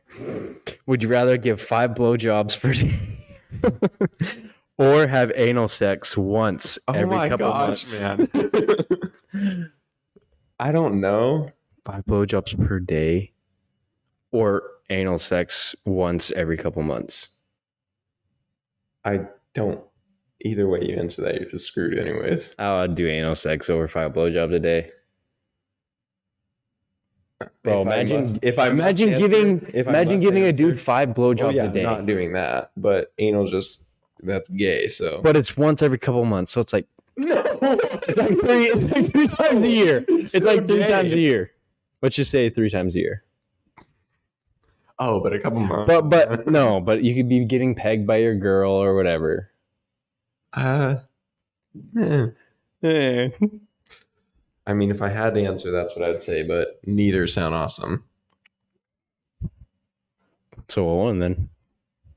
Would you rather give five blowjobs per [LAUGHS] day, or have anal sex once
oh
every
my
couple
gosh
months?
man [LAUGHS] i don't know
Five blowjobs per day, or anal sex once every couple months?
i don't either way you answer that you're just screwed anyways
Oh, I'd do anal sex over five blowjobs a day. Bro,
If I
imagine-
must- if i
Imagine
must
giving
answer- if I
imagine
must
giving a
answer-
dude five blowjobs
well, yeah,
a
I'm
day.
not doing that but anal just that's
[LAUGHS]
gay so
but it's once every couple months, so it's
[LAUGHS]
like
no
it's like three it's like three times a
[LAUGHS]
year. It's,
so
like three
gay.
times a year. Let's just say three times a year.
oh but a couple months
But but no, but you could be getting pegged by your girl or whatever.
uh [LAUGHS] eh.
Eh.
I mean, if I had to answer, that's what I'd say, but neither sound awesome.
So what one then?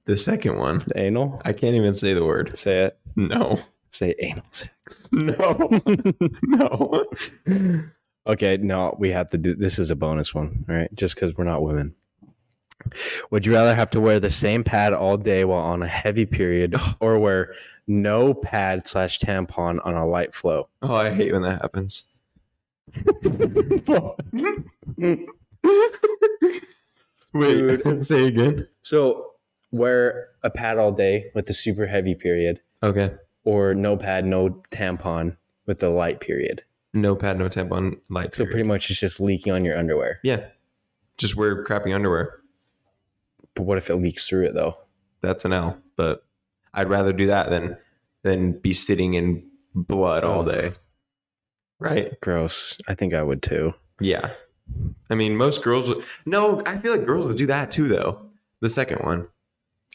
The second one,
The anal?
I can't even say the word.
Say it.
No. [LAUGHS]
Say anal sex.
No. [LAUGHS] no.
Okay, no, we have to do this is a bonus one, all right? Just because we're not women. Would you rather have to wear the same pad all day while on a heavy [LAUGHS] period or wear no pad slash tampon on a light flow?
Oh, I hate when that happens. Wait, [LAUGHS]
Dude.
say again.
[LAUGHS] so wear a pad all day with the super heavy period
Okay.
or no pad, no tampon with the light period.
No pad, no tampon, on light.
So
period.
pretty much it's just leaking on your underwear.
yeah. Just wear crappy underwear.
But what if it leaks through it though?
That's an L. But I'd rather do that than than be sitting in blood all day. Right?
Gross. I think I would too.
Yeah. I mean, most girls would. No, I feel like girls would do that too, though. The second one.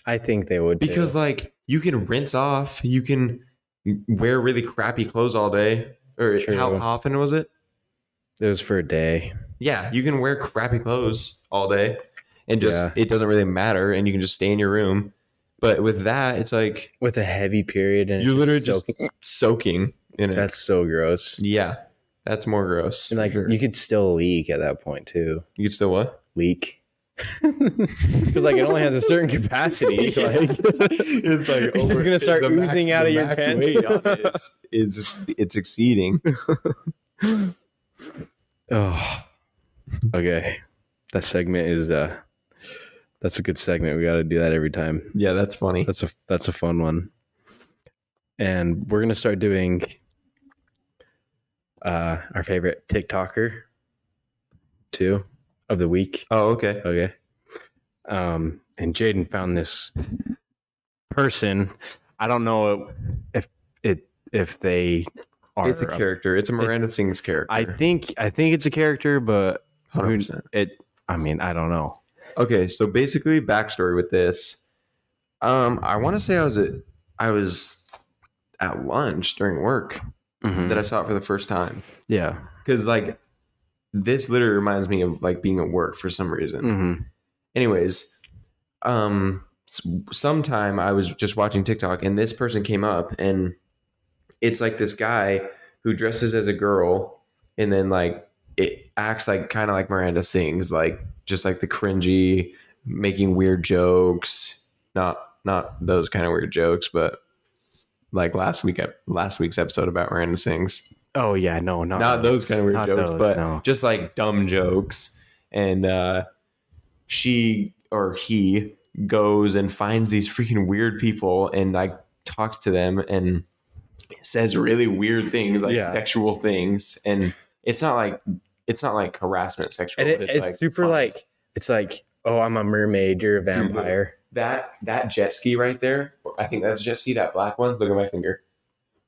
I think they would too.
because like you can rinse off you can wear really crappy clothes all day or
True.
how often was it
it was for a day.
yeah you can wear crappy clothes all day and just
Yeah.
it doesn't really matter and you can just stay in your room but with that it's like
With a heavy period and it's
you're literally just
soaking-
soaking in it
that's so gross.
yeah that's more gross
And like
for sure.
you could still leak at that point too. [LAUGHS]
you could still what
Leak. Because like it only has a [LAUGHS] certain capacity.
Yeah.
Like
[LAUGHS] it's like
[LAUGHS] It's just gonna start
the max-
oozing out
the
of your
max
pants.
weight on
[LAUGHS]
it is- It's it's exceeding.
Oh, okay. That segment is uh, that's a good segment. We got to do that every time.
Yeah, that's funny.
That's a that's a fun one. And we're gonna start doing uh our favorite TikToker two of the week.
Oh, okay.
Okay. Um, and Jaden found this person. I don't know if it if they are.
It's a character. It's a Miranda Sings character.
I think I think it's a character, but
hundred percent.
it i mean i don't know
Okay, so basically backstory with this. Um, I want to say I was at I was at lunch during work
Mm-hmm.
that I saw it for the first time
yeah
because like this literally reminds me of like being at work for some reason.
mm-hmm.
anyways um s- sometime i was just watching tiktok and this person came up and it's like this guy who dresses as a girl and then like it acts like kind of like miranda sings like just like the cringy making weird jokes not not those kind of weird jokes but like last week last week's episode about miranda sings
oh yeah no not,
not those kind of weird
Not
jokes,
those,
but
no.
just like dumb jokes. And uh, she or he goes and finds these freaking weird people and like talks to them and says really weird things, like
Yeah.
sexual things. And it's not like it's not like harassment sexual.
and it,
but
it's, super
fun.
like it's like oh i'm a mermaid you're a vampire
that that jet ski right there. I think that's jet ski. That black one. Look at my finger.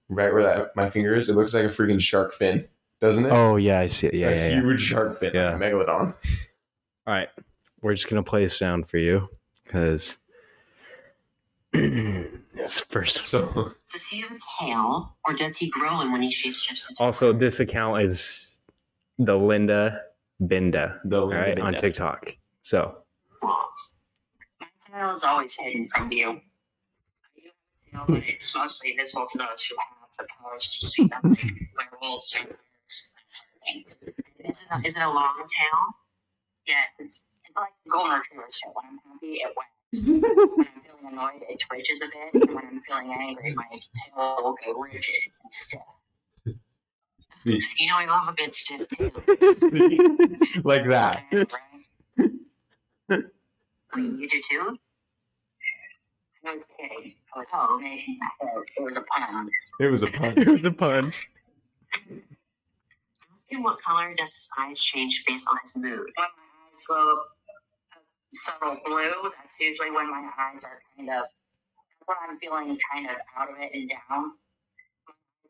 Right where that my finger is, it looks like a freaking shark fin, doesn't it?
oh yeah i see it yeah
a
yeah, yeah.
huge shark fin,
Yeah.
like a megalodon.
all right we're just gonna play a sound for you [CLEARS THROAT] because it's first [LAUGHS]
So
Does he have a tail, or does he grow in when he shapeshifts? his-
also this account is the linda binda
the
all right on tiktok so
claws? My tail is always hidden from view. I do have a tail, but it's mostly invisible to those who have the powers to see them. My wolves are birds, that sort of thing. Is it a, is it a long tail? Yes, it's, it's like a golden retriever. So when I'm happy, it wags. when I'm feeling annoyed, it twitches a bit. And when I'm feeling angry, my tail will go rigid and stiff.
See.
You know, I love a good stiff tail.
[LAUGHS]
like that.
Wait, [LAUGHS] you do too? Okay. Oh, I was home making myself. It was a pun.
It was a pun.
[LAUGHS]
[LAUGHS]
it was a pun [LAUGHS]
Asking what color does his eyes change based on his mood? When my eyes glow a subtle blue, that's usually when my eyes are kind of when I'm feeling kind of out of it and down.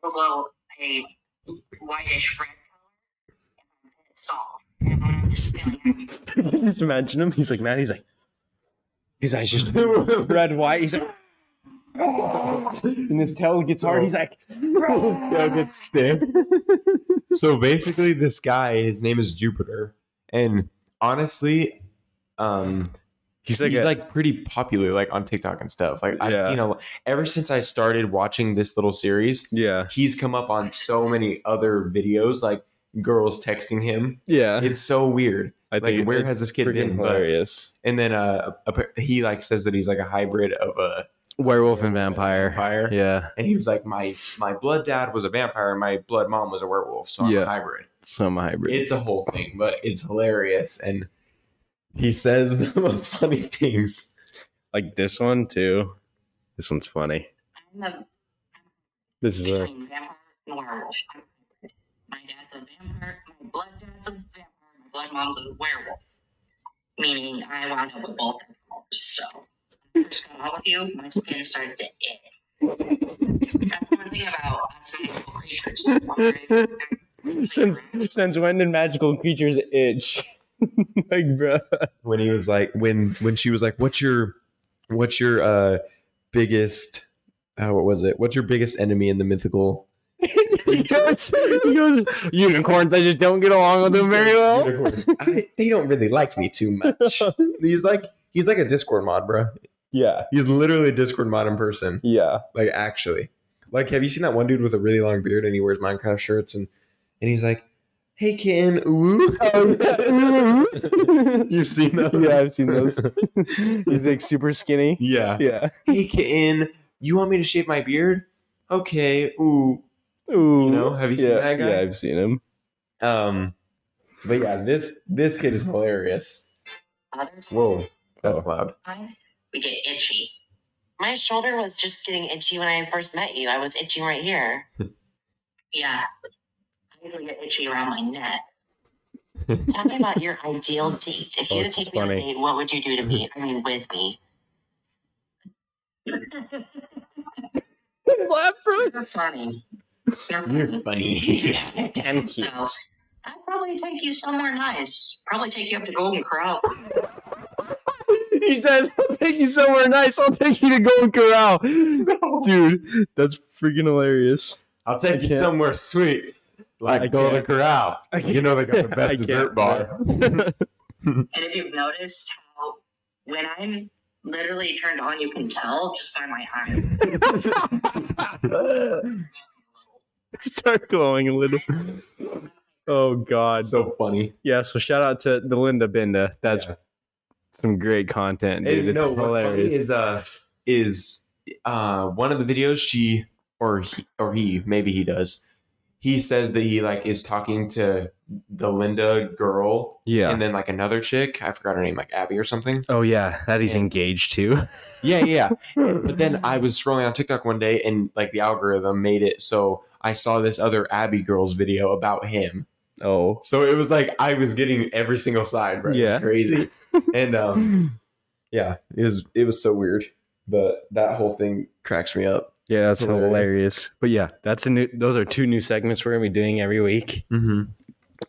Will glow a whitish red color. and I'm pissed off. And when I'm just feeling
just imagine him he's like man he's like his eyes [LAUGHS] just red white he's [LAUGHS] like and his tail gets hard. He's [LAUGHS] like,
Yo, get stiff. so basically, this guy, his name is Jupiter, and honestly, um,
he's
he's like pretty popular, like on TikTok and stuff. Like I've
Yeah.
seen a lo- ever since I started watching this little series,
yeah,
he's come up on so many other videos, like girls texting him.
yeah.
It's so weird.
I
Like, where has this kid been? But,
hilarious.
and then uh, appa- he like says that he's like a hybrid of a
Werewolf and vampire.
Vampire.
Yeah,
And he was like, my my blood dad was a vampire, and my blood mom was a werewolf, so I'm
Yeah.
a hybrid.
some hybrid.
It's a whole thing, but it's hilarious. And he says [LAUGHS] the most funny things.
like this one too. This one's funny.
I'm a
This is a,
between vampire and werewolf. My dad's a vampire. My blood dad's a vampire. My blood mom's a werewolf. Meaning I wound up with both of them. So when I first got out with you, my skin started to itch. That's one thing about us magical creatures.
since since when did magical creatures itch? [LAUGHS] like, bro.
When he was like, when when she was like, what's your what's your uh biggest oh, what was it? What's your biggest enemy in the mythical
he goes, he goes, unicorns. I just don't get along with them very well.
unicorns? I, they don't really like me too much. he's like he's like a Discord mod, bro.
Yeah,
He's literally a Discord mod in person.
yeah.
Like actually, like have you seen that one dude with a really long beard and he wears Minecraft shirts and and he's like, hey kitten, ooh. [LAUGHS]
Oh,
You've seen those?
[LAUGHS] Yeah, I've seen those. He's like super skinny.
yeah.
Yeah.
Hey kitten, you want me to shave my beard? Okay, ooh.
Ooh.
know, have you seen
yeah,
that guy?
Yeah, I've seen him.
Um, but yeah, this this kid is hilarious.
Others-
Whoa, that's
Oh.
loud.
time, we get itchy. My shoulder was just getting itchy when I first met you. I was itching right here. [LAUGHS] yeah. I usually get itchy around my neck. [LAUGHS] Tell me about your ideal date. If
Oh,
you had to
it's
take me on
funny.
a date, what would you do to me? I mean, with me.
Laugh
You're funny. You're funny.
funny.
And cute.
So, I'd probably take you somewhere nice. Probably take you up to Golden Corral.
He says, I'll take you somewhere nice. I'll take you to Golden Corral. Dude, that's freaking hilarious.
I'll take you
can't.
somewhere sweet,
I
like Golden
can't.
Corral.
I
You know they got the
I
best
can't
dessert bar.
And if you've noticed how when I'm literally turned on, you can tell just by my eyes.
[LAUGHS] Start glowing a little. Oh, God.
It's so funny.
Yeah, so shout out to the Linda Binda. That's
Yeah.
some great content, dude.
And
it's
no, what's funny
hilarious.
is uh is uh one of the videos she or he or he maybe he does. He says that he like is talking to the Linda girl
Yeah.
and then like another chick. I forgot her name, like Abby or something.
oh yeah, that he's
Yeah.
engaged
[LAUGHS]
to.
Yeah, yeah. but then I was scrolling on TikTok one day and like the algorithm made it so I saw this other Abby girl's video about him.
Oh.
So it was like I was getting every single side, right?
Yeah. [LAUGHS]
Crazy. And um yeah, it was it was so weird. But that whole thing cracks me up.
Yeah, that's
Hilarious.
hilarious. But yeah, that's a new those are two new segments we're going to be doing every week
Mm-hmm.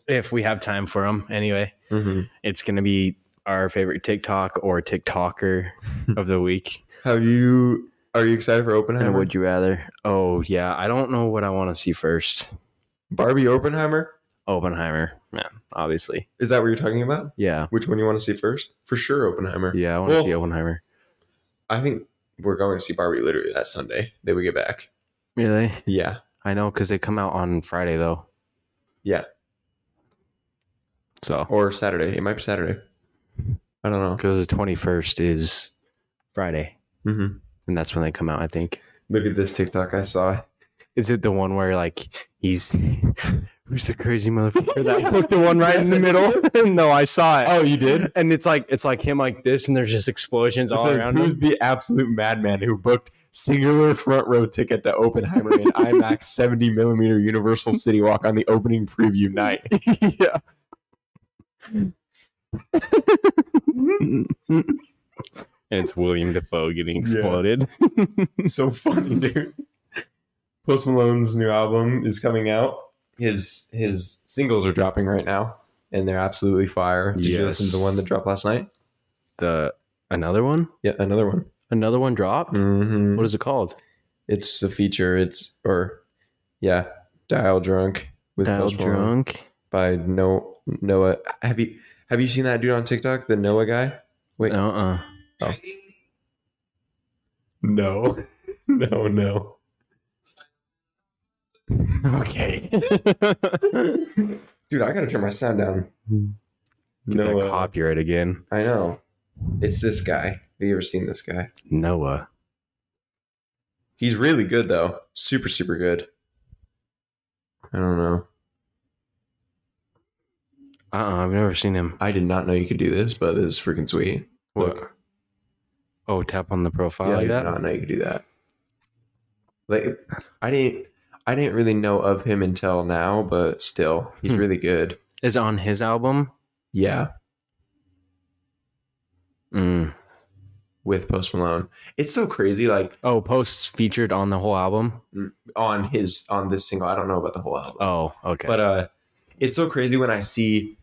if we have time for them. Anyway,
Mm-hmm.
it's going to be our favorite TikTok or TikToker of the week.
Have you are you excited for
And
Oppenheimer?
would you rather? Oh, yeah, I don't know what I want to see first.
Barbie Oppenheimer?
Oppenheimer. Yeah, obviously.
Is that what you're talking about?
Yeah.
Which one you want to see first? For sure Oppenheimer.
Yeah, I want to
Well-
see Oppenheimer.
I think we're going to see Barbie literally that Sunday that we get back.
Really?
Yeah.
I know because they come out on Friday though.
Yeah.
So
Or Saturday. It might be Saturday. I don't know.
because the twenty first is Friday,
Mm-hmm.
and that's when they come out. I think.
Look at this TikTok I saw.
Is it the one where like he's [LAUGHS] who's the crazy motherfucker [LAUGHS] that put the one right in the middle? [LAUGHS] no, I saw it.
Oh, you did?
And it's like it's like him like this, and there's just explosions
It
all
says,
around
who's
him.
the absolute madman who booked singular front row ticket to Oppenheimer
[LAUGHS]
in IMAX 70 millimeter Universal City Walk on the opening preview night?
[LAUGHS] yeah. and it's William Defoe getting
Yeah.
exploded.
so funny, dude. Post Malone's new album is coming out. His his singles are dropping right now, and they're absolutely fire. Did you listen
Yes.
to the one that dropped last night?
The another one.
Yeah, another one.
Another one dropped?
Mm-hmm.
What is it called?
It's a feature. It's or yeah, Dial Drunk with
Dial
Post Malone.
drunk.
by no Noah. Have you have you seen that dude on TikTok, the Noah guy?
Uh uh
[LAUGHS] Oh. No, [LAUGHS] no, no.
Okay.
Dude, I gotta turn my sound down.
Noah.
Noah,
copyright again.
I know. It's this guy. Have you ever seen this guy?
Noah.
He's really good though. Super, super good. I don't know.
Uh uh-uh, uh, i have never seen him.
I did not know you could do this, but this is freaking sweet.
What? Oh, tap on the profile
yeah, I
like
did
that?
not know you could do that. Like, I didn't. I didn't really know of him until now, but still, he's
Hmm.
really good.
Is it on his album?
Yeah.
Mm.
with Post Malone. It's so crazy, like
Oh, posts featured on the whole album?
on his on this single. I don't know about the whole album,
Oh, okay.
but uh, it's so crazy when I see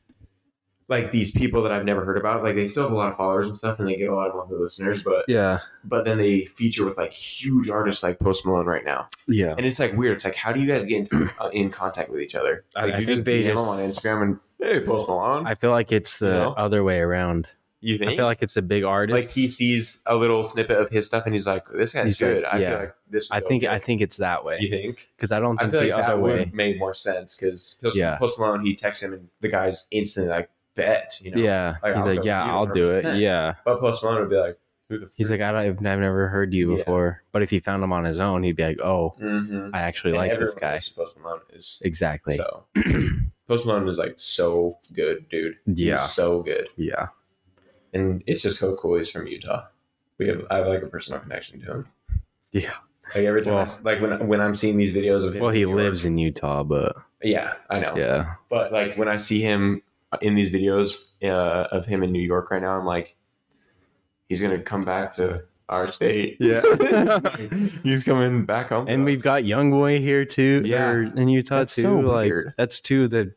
like these people that I've never heard about. Like they still have a lot of followers and stuff, and they get a lot of monthly listeners. But
yeah.
but then they feature with like huge artists like Post Malone right now,
Yeah.
and it's like weird. It's like how do you guys get
[CLEARS THROAT]
in, uh, in contact with each other?
I-
Like
I
you
think
just
they
DM them on Instagram and hey Post Malone.
I feel like it's the
You know?
other way around.
You think?
I feel like it's a big artist.
like he sees a little snippet of his stuff and he's like, "This guy's
He's like,
good." I
yeah.
feel like this.
I
would
think
go
I
big.
think it's that
You
way
think?
because I don't
I
think
feel
the
like
other
that would
way.
make more sense because Post,
Yeah.
Post Malone he texts him and the guy's instantly like, "Bet," you know.
yeah, he's
Like, I'll go
like,
with
yeah,
you
I'll do it.
100%.
Yeah,
But Post Malone would be like, "Who the?"
he's like, I don't, I've never heard you
Yeah.
before. But if he found him on his own, he'd be like, oh,
mm-hmm.
I actually like this guy.
Post Malone is
Exactly.
so. [CLEARS THROAT] Post Malone is like so good, dude. He's
Yeah.
so good,
Yeah.
and it's just so cool. He's from Utah. We have I have like a personal connection to him.
Yeah.
Like every time, I
Well-
s like when when I'm seeing these videos of him.
Well,
in
he
New York-
lives in Utah, but
Yeah, I know.
yeah,
But like when I see him in these videos uh, of him in New York right now, I'm like, he's gonna come back to our state.
yeah.
[LAUGHS] he's coming back home.
[LAUGHS] and we've got Young Boy here too.
Yeah.
or in Utah
That's
too.
so
like
weird.
that's two the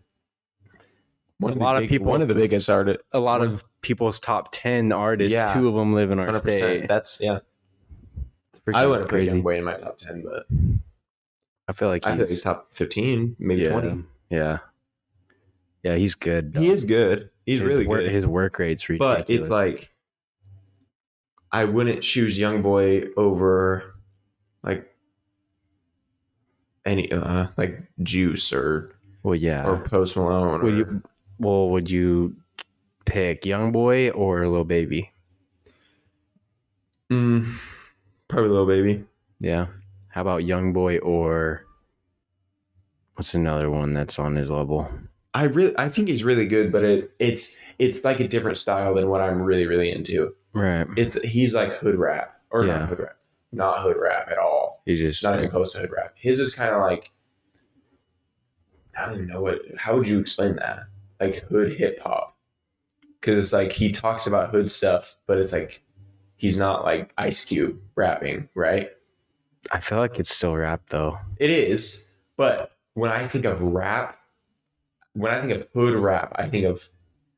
one
a lot of people-
One of the biggest artists.
a lot
One-
of people's top ten artists.
Yeah.
Two of them live in our
100.
state.
percent That's yeah.
It's freaking
I wouldn't put
crazy.
Young Boy in my top ten, but
I feel like
I
he's,
think he's top fifteen, maybe
yeah,
twenty.
Yeah, yeah, he's good.
He
though.
is good. He's
His
really
wor-
good.
His work rate's ridiculous.
but it's like I wouldn't choose Young Boy over like any uh like Juice or
well, yeah.
or Post Malone.
would
or-
you? Well, would you pick Young Boy or Lil Baby?
Mm, probably Little Baby.
Yeah. How about Young Boy or what's another one that's on his level?
I really I think he's really good, but it it's it's like a different style than what I'm really really into.
Right.
It's he's like hood rap or
Yeah.
not hood rap, not hood rap at all.
He just
It's not even close to hood rap. His is kind of like I don't even know what. How would you explain that? Like hood hip hop, because it's like he talks about hood stuff, but it's like he's not like Ice Cube rapping, right?
I feel like it's still rap though.
It is, but when I think of rap, when I think of hood rap, I think of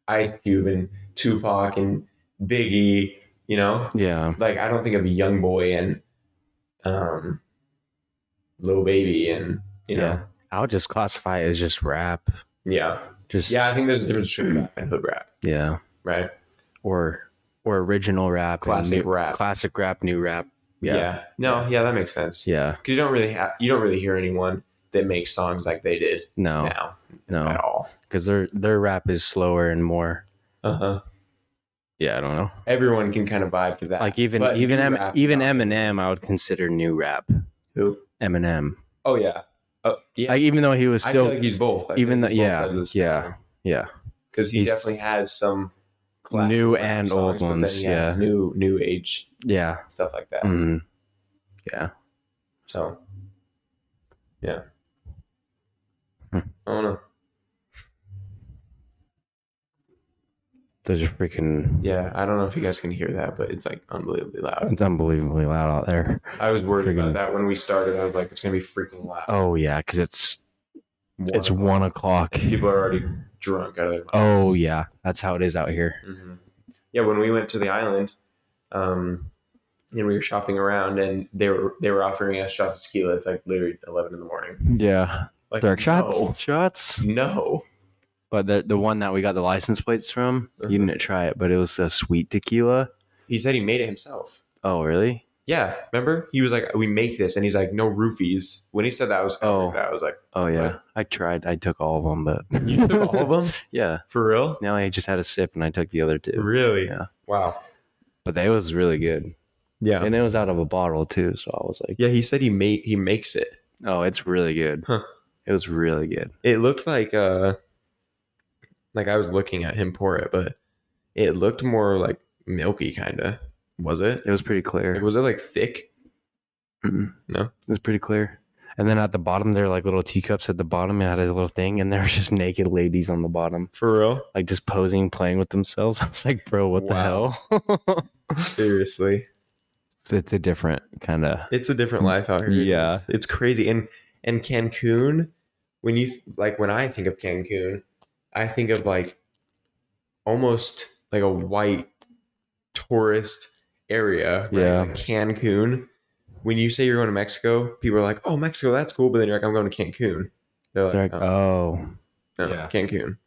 Ice Cube and Tupac and Biggie. You know,
Yeah.
like I don't think of Young Boy and um, Lil Baby and you know,
I would just classify it as just rap.
yeah,
Just
yeah. I think there's a difference between rap and hood rap,
yeah.
right?
Or or original rap, and
Classic
new-
rap.
classic rap, new rap.
yeah.
Yeah.
no, yeah, that makes sense.
Yeah.
Because you don't really have, you don't really hear anyone that makes songs like they did
No,
now at
no,
all.
because their their rap is slower and more.
Uh huh.
Yeah, I don't know.
Everyone can kind of vibe to that.
Like even
But
even
new
M,
rap,
even
no.
Eminem, I would consider new rap.
Who?
Eminem,
Oh yeah. Oh yeah.
like even though he was
I feel
still,
like he's both. I
even
feel
though,
like he's both
yeah,
sides of the
yeah, yeah,
Because he
He's-
definitely has some classic
New
rap
and
songs,
old
but then he
ones,
has
yeah.
New new age
yeah,
stuff like that.
mhm. yeah.
So yeah.
Hmm.
I don't know.
Those are freaking.
Yeah, I don't know if you guys can hear that, but it's like unbelievably loud.
It's unbelievably loud out there.
I was worried
Freaking-
about that when we started. I was like, it's gonna be freaking loud.
Oh yeah, because it's
One
it's
o'clock.
one o'clock.
People are already drunk out of their.
Oh yeah, that's how it is out here.
hmm Yeah, when we went to the island, um, and we were shopping around, and they were they were offering us shots of tequila. It's like literally eleven in the morning.
Yeah,
Like
dark shots,
No,
shots.
no.
But the the one that we got the license plates from, you
Mhm.
didn't try it, but it was a sweet tequila.
he said he made it himself.
Oh really?
Yeah, remember he was like, "We make this," and he's like, "No roofies." When he said that, I was kind of
Oh.
like that. I was like,
Oh yeah,
Right.
I tried. I took all of them, but
"You took
[LAUGHS]
all of [LAUGHS] them
yeah.
for real?
Now I just had a sip, and I took the other two.
Really?
Yeah.
Wow.
But they was really good,
Yeah.
and it was out of a bottle too. So I was like,
yeah, he said he made he makes it.
"Oh, it's really good."
Huh.
It was really good.
It looked like uh, like I was looking at him pour it, but it looked more like milky, kind of. Was it?
It was pretty clear.
Like,
It
was it like thick? No?
was pretty clear. And then at the bottom, there were like little teacups at the bottom. It had a little thing, and there was just [LAUGHS] naked ladies on the bottom,
For real?
like just posing, playing with themselves. [LAUGHS] I was like, "Bro, what
Wow.
the hell?" [LAUGHS]
Seriously.
it's a different kind of.
It's a different life out here.
Mm,
It
Yeah.
is. It's crazy. And and Cancun, when you like when I think of Cancun, I think of like almost like a white tourist area. right?
Yeah.
Like Cancun. When you say you're going to Mexico, people are like, Oh, Mexico, that's cool, but um, then you're like, I'm going to Cancun. They're like,
They're like,
"Oh,
"Oh,
no,
yeah.
Cancun.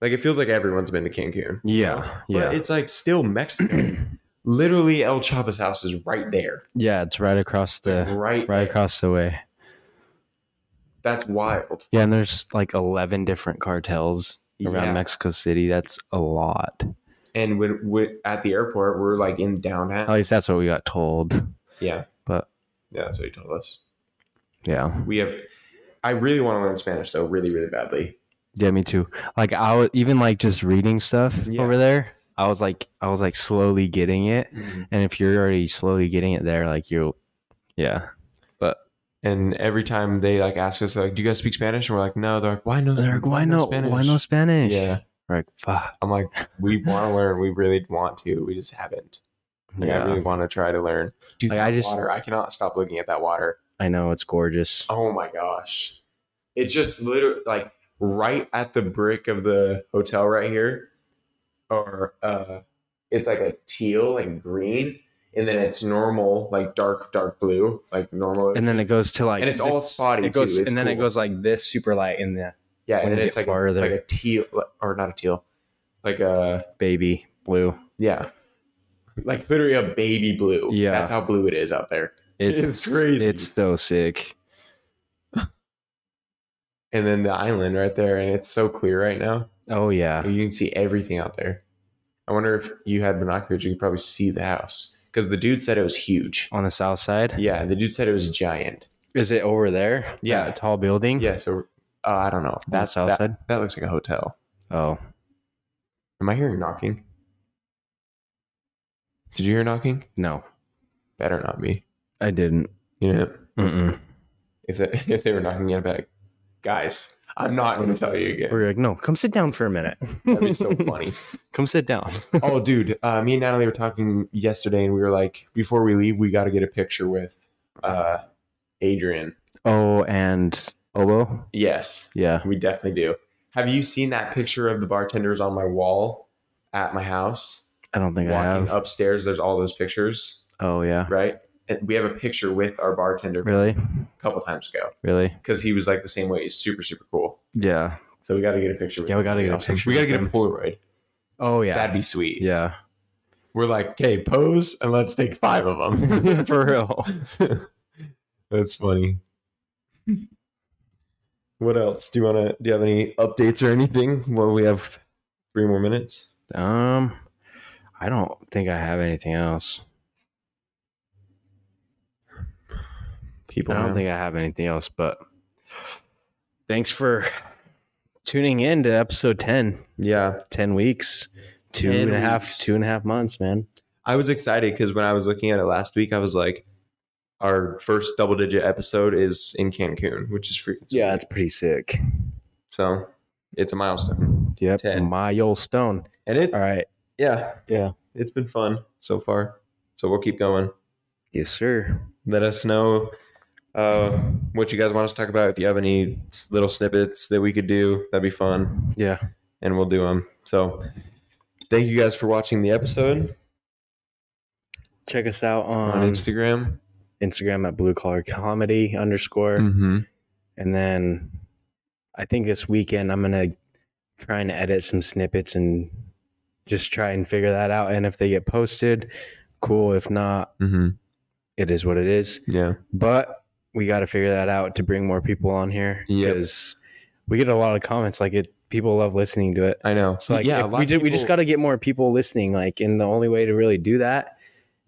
Like it feels like everyone's been to Cancun.
Yeah,
But
yeah,
it's like still
[CLEARS THROAT]
Mexico. Literally, El Chapa's house is right there.
yeah. It's right across the right
Right, there.
across the way.
That's wild.
Yeah, and there's like eleven different cartels around
Yeah.
Mexico City. That's a lot.
And when, when at the airport, we're like in downtown.
At least that's what we got told.
yeah,
But
yeah, that's what he told us.
yeah,
We have. I really want to learn Spanish though, really, really badly.
yeah, me too. Like I was even like just reading stuff
Yeah.
over there. I was like, I was like slowly getting it. And if you're already slowly getting it there, like you, yeah,
And every time they like ask us, like, "Do you guys speak Spanish?" and we're like, "No." They're like, "Why no?
they're like, why no, why no Spanish?
Yeah.
We're like fuck.
I'm like, we want to learn. We really want to. We just haven't. Like,
yeah,
I really want to try to learn. Dude,
Like,
that
I just-
water. I cannot stop looking at that water.
I know it's gorgeous.
Oh my gosh, it just literally like right at the brick of the hotel right here, or uh, it's like a teal and green, and then it's normal like dark dark blue, like normal.
and then it goes to like
And it's all
this-
spotty,
It goes
too. It's
and then it
cool.
goes like this super light in the
yeah,
when
and then
you
it's
get
like a,
farther.
like a teal or not a teal, like a
baby blue.
yeah. Like literally a baby blue.
Yeah.
that's how blue it is out there. [LAUGHS]
It's
crazy.
it's so sick.
and then the island right there, and it's so clear right now.
Oh yeah,
You can see everything out there. I wonder if you had binoculars, you could probably see the house because the dude said it was huge.
on the south side.
Yeah, the dude said it was giant.
Is it over there?
Yeah.
That tall building.
Yeah, so uh, I don't know.
the
That's
south
that,
side?
that looks like a hotel.
Oh
Am I hearing knocking? Did you hear knocking?
no,
Better not be.
I didn't.
You know,
Mm-mm.
if they, [LAUGHS] if they were knocking, I'd be like, guys, I'm not going to tell you again.
We're like, no, come sit down for a minute.
[LAUGHS] That'd
[LAUGHS]
be so funny.
come sit down.
oh, dude, uh, me and Natalie were talking yesterday, and we were like, before we leave, we got to get a picture with uh, Adrian.
Oh, and Obo.
Yes,
Yeah.
we definitely do. Have you seen that picture of the bartenders on my wall at my house?
I don't think I
Walking
have.
upstairs, there's all those pictures,
Oh yeah.
right? And we have a picture with our bartender
Really?
a couple times ago
Really?
because he was like the same way. He's super, super cool.
Yeah.
So we got to get a picture. With
Yeah, we gotta
him.
get a picture
We got to
with
get a
him.
Polaroid.
Oh yeah.
That'd be sweet.
[LAUGHS]
[LAUGHS]
yeah.
We're like, okay, pose and let's take five of
[LAUGHS]
them.
for real.
That's funny. What else? Do you want to? Do you have any updates or anything? Well, we have three more minutes.
Um, I don't think I have anything else.
People,
I don't think I have anything else, but thanks for tuning in to episode 10.
Yeah,
10 weeks, two
10
and a half,
weeks.
two and a half months, man.
I was excited because when I was looking at it last week, I was like, our first double-digit episode is in Cancun, which is freaking.
Yeah,
sweet.
it's pretty sick.
so it's a milestone,
Yep.
10.
Milestone.
and it,
All right.
yeah,
Yeah.
it's been fun so far. So we'll keep going.
Yes, sir.
let us know uh, what you guys want us to talk about. If you have any s- little snippets that we could do, that'd be fun,
Yeah.
and we'll do them. So, thank you guys for watching the episode
Check us out
on
on
Instagram.
Instagram at blue collar comedy underscore.
Mm-hmm.
And then I think this weekend I'm gonna try and edit some snippets and just try and figure that out. And if they get posted, cool. If not,
Mm-hmm.
it is what it is.
Yeah.
But we got to figure that out to bring more people on here
Yep.
because we get a lot of comments. Like it, people love listening to it.
I know.
So like,
yeah,
yeah,
a lot
we
of
did, we just
people-
got to get more people listening. Like, and the only way to really do that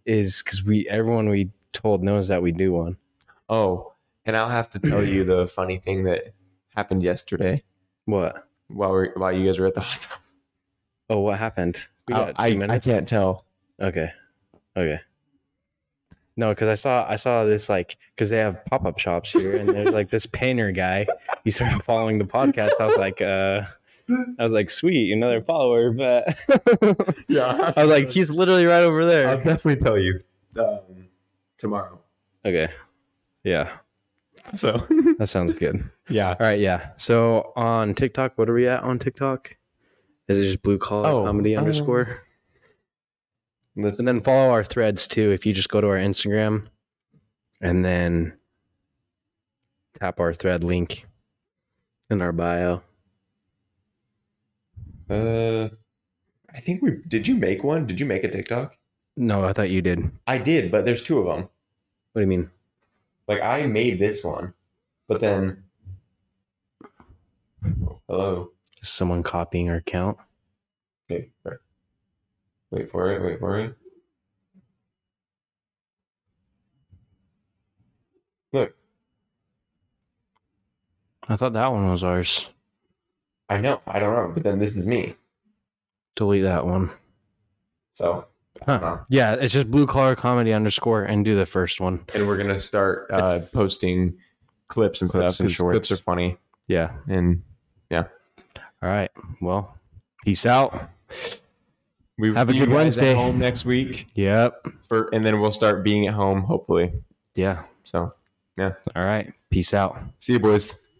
is because we everyone we told knows that we do one.
Oh, and I'll have to tell
[CLEARS THROAT]
you the funny thing that happened yesterday
What?
while we while you guys were at the hot tub.
Oh, what happened? We
Uh,
got two minutes.
Oh, can't tell.
Okay. Okay. No, because I saw I saw this like because they have pop up shops here, and there's like this painter guy. He started following the podcast. I was like, uh, I was like, sweet, another follower. But [LAUGHS]
Yeah,
I was like, he's literally right over
I'll
there.
definitely tell you um, tomorrow.
Okay. Yeah,
So [LAUGHS]
that sounds good.
yeah.
All right. Yeah. So on TikTok, what are we at on TikTok? Is it just blue collar
Oh,
comedy
um,
underscore?
Let's,
And then follow our threads too. If you just go to our Instagram and then tap our thread link in our bio.
Uh, I think we did. You make one? Did you make a TikTok?
No, I thought you did. What
I did, but there's two of them.
do you mean?
Like I made this one, but then. Hello.
Is someone copying our account?
Wait for it. Wait for it. Wait for it. Look,
I thought that one was ours.
I know. I don't know. But then this is me.
Delete that one.
So,
Huh.
uh,
Yeah, it's just blue collar comedy underscore and do the first one.
and we're gonna start uh, posting clips and
Clips
stuff.
and
'cause
shorts.
Clips are funny,
Yeah.
and
All right. Well, peace out.
we will
Have a
see you
good
guys at
Wednesday.
home next week.
Yep.
For and then we'll start being at home hopefully.
Yeah.
So,
All right. Peace out.
see you, boys.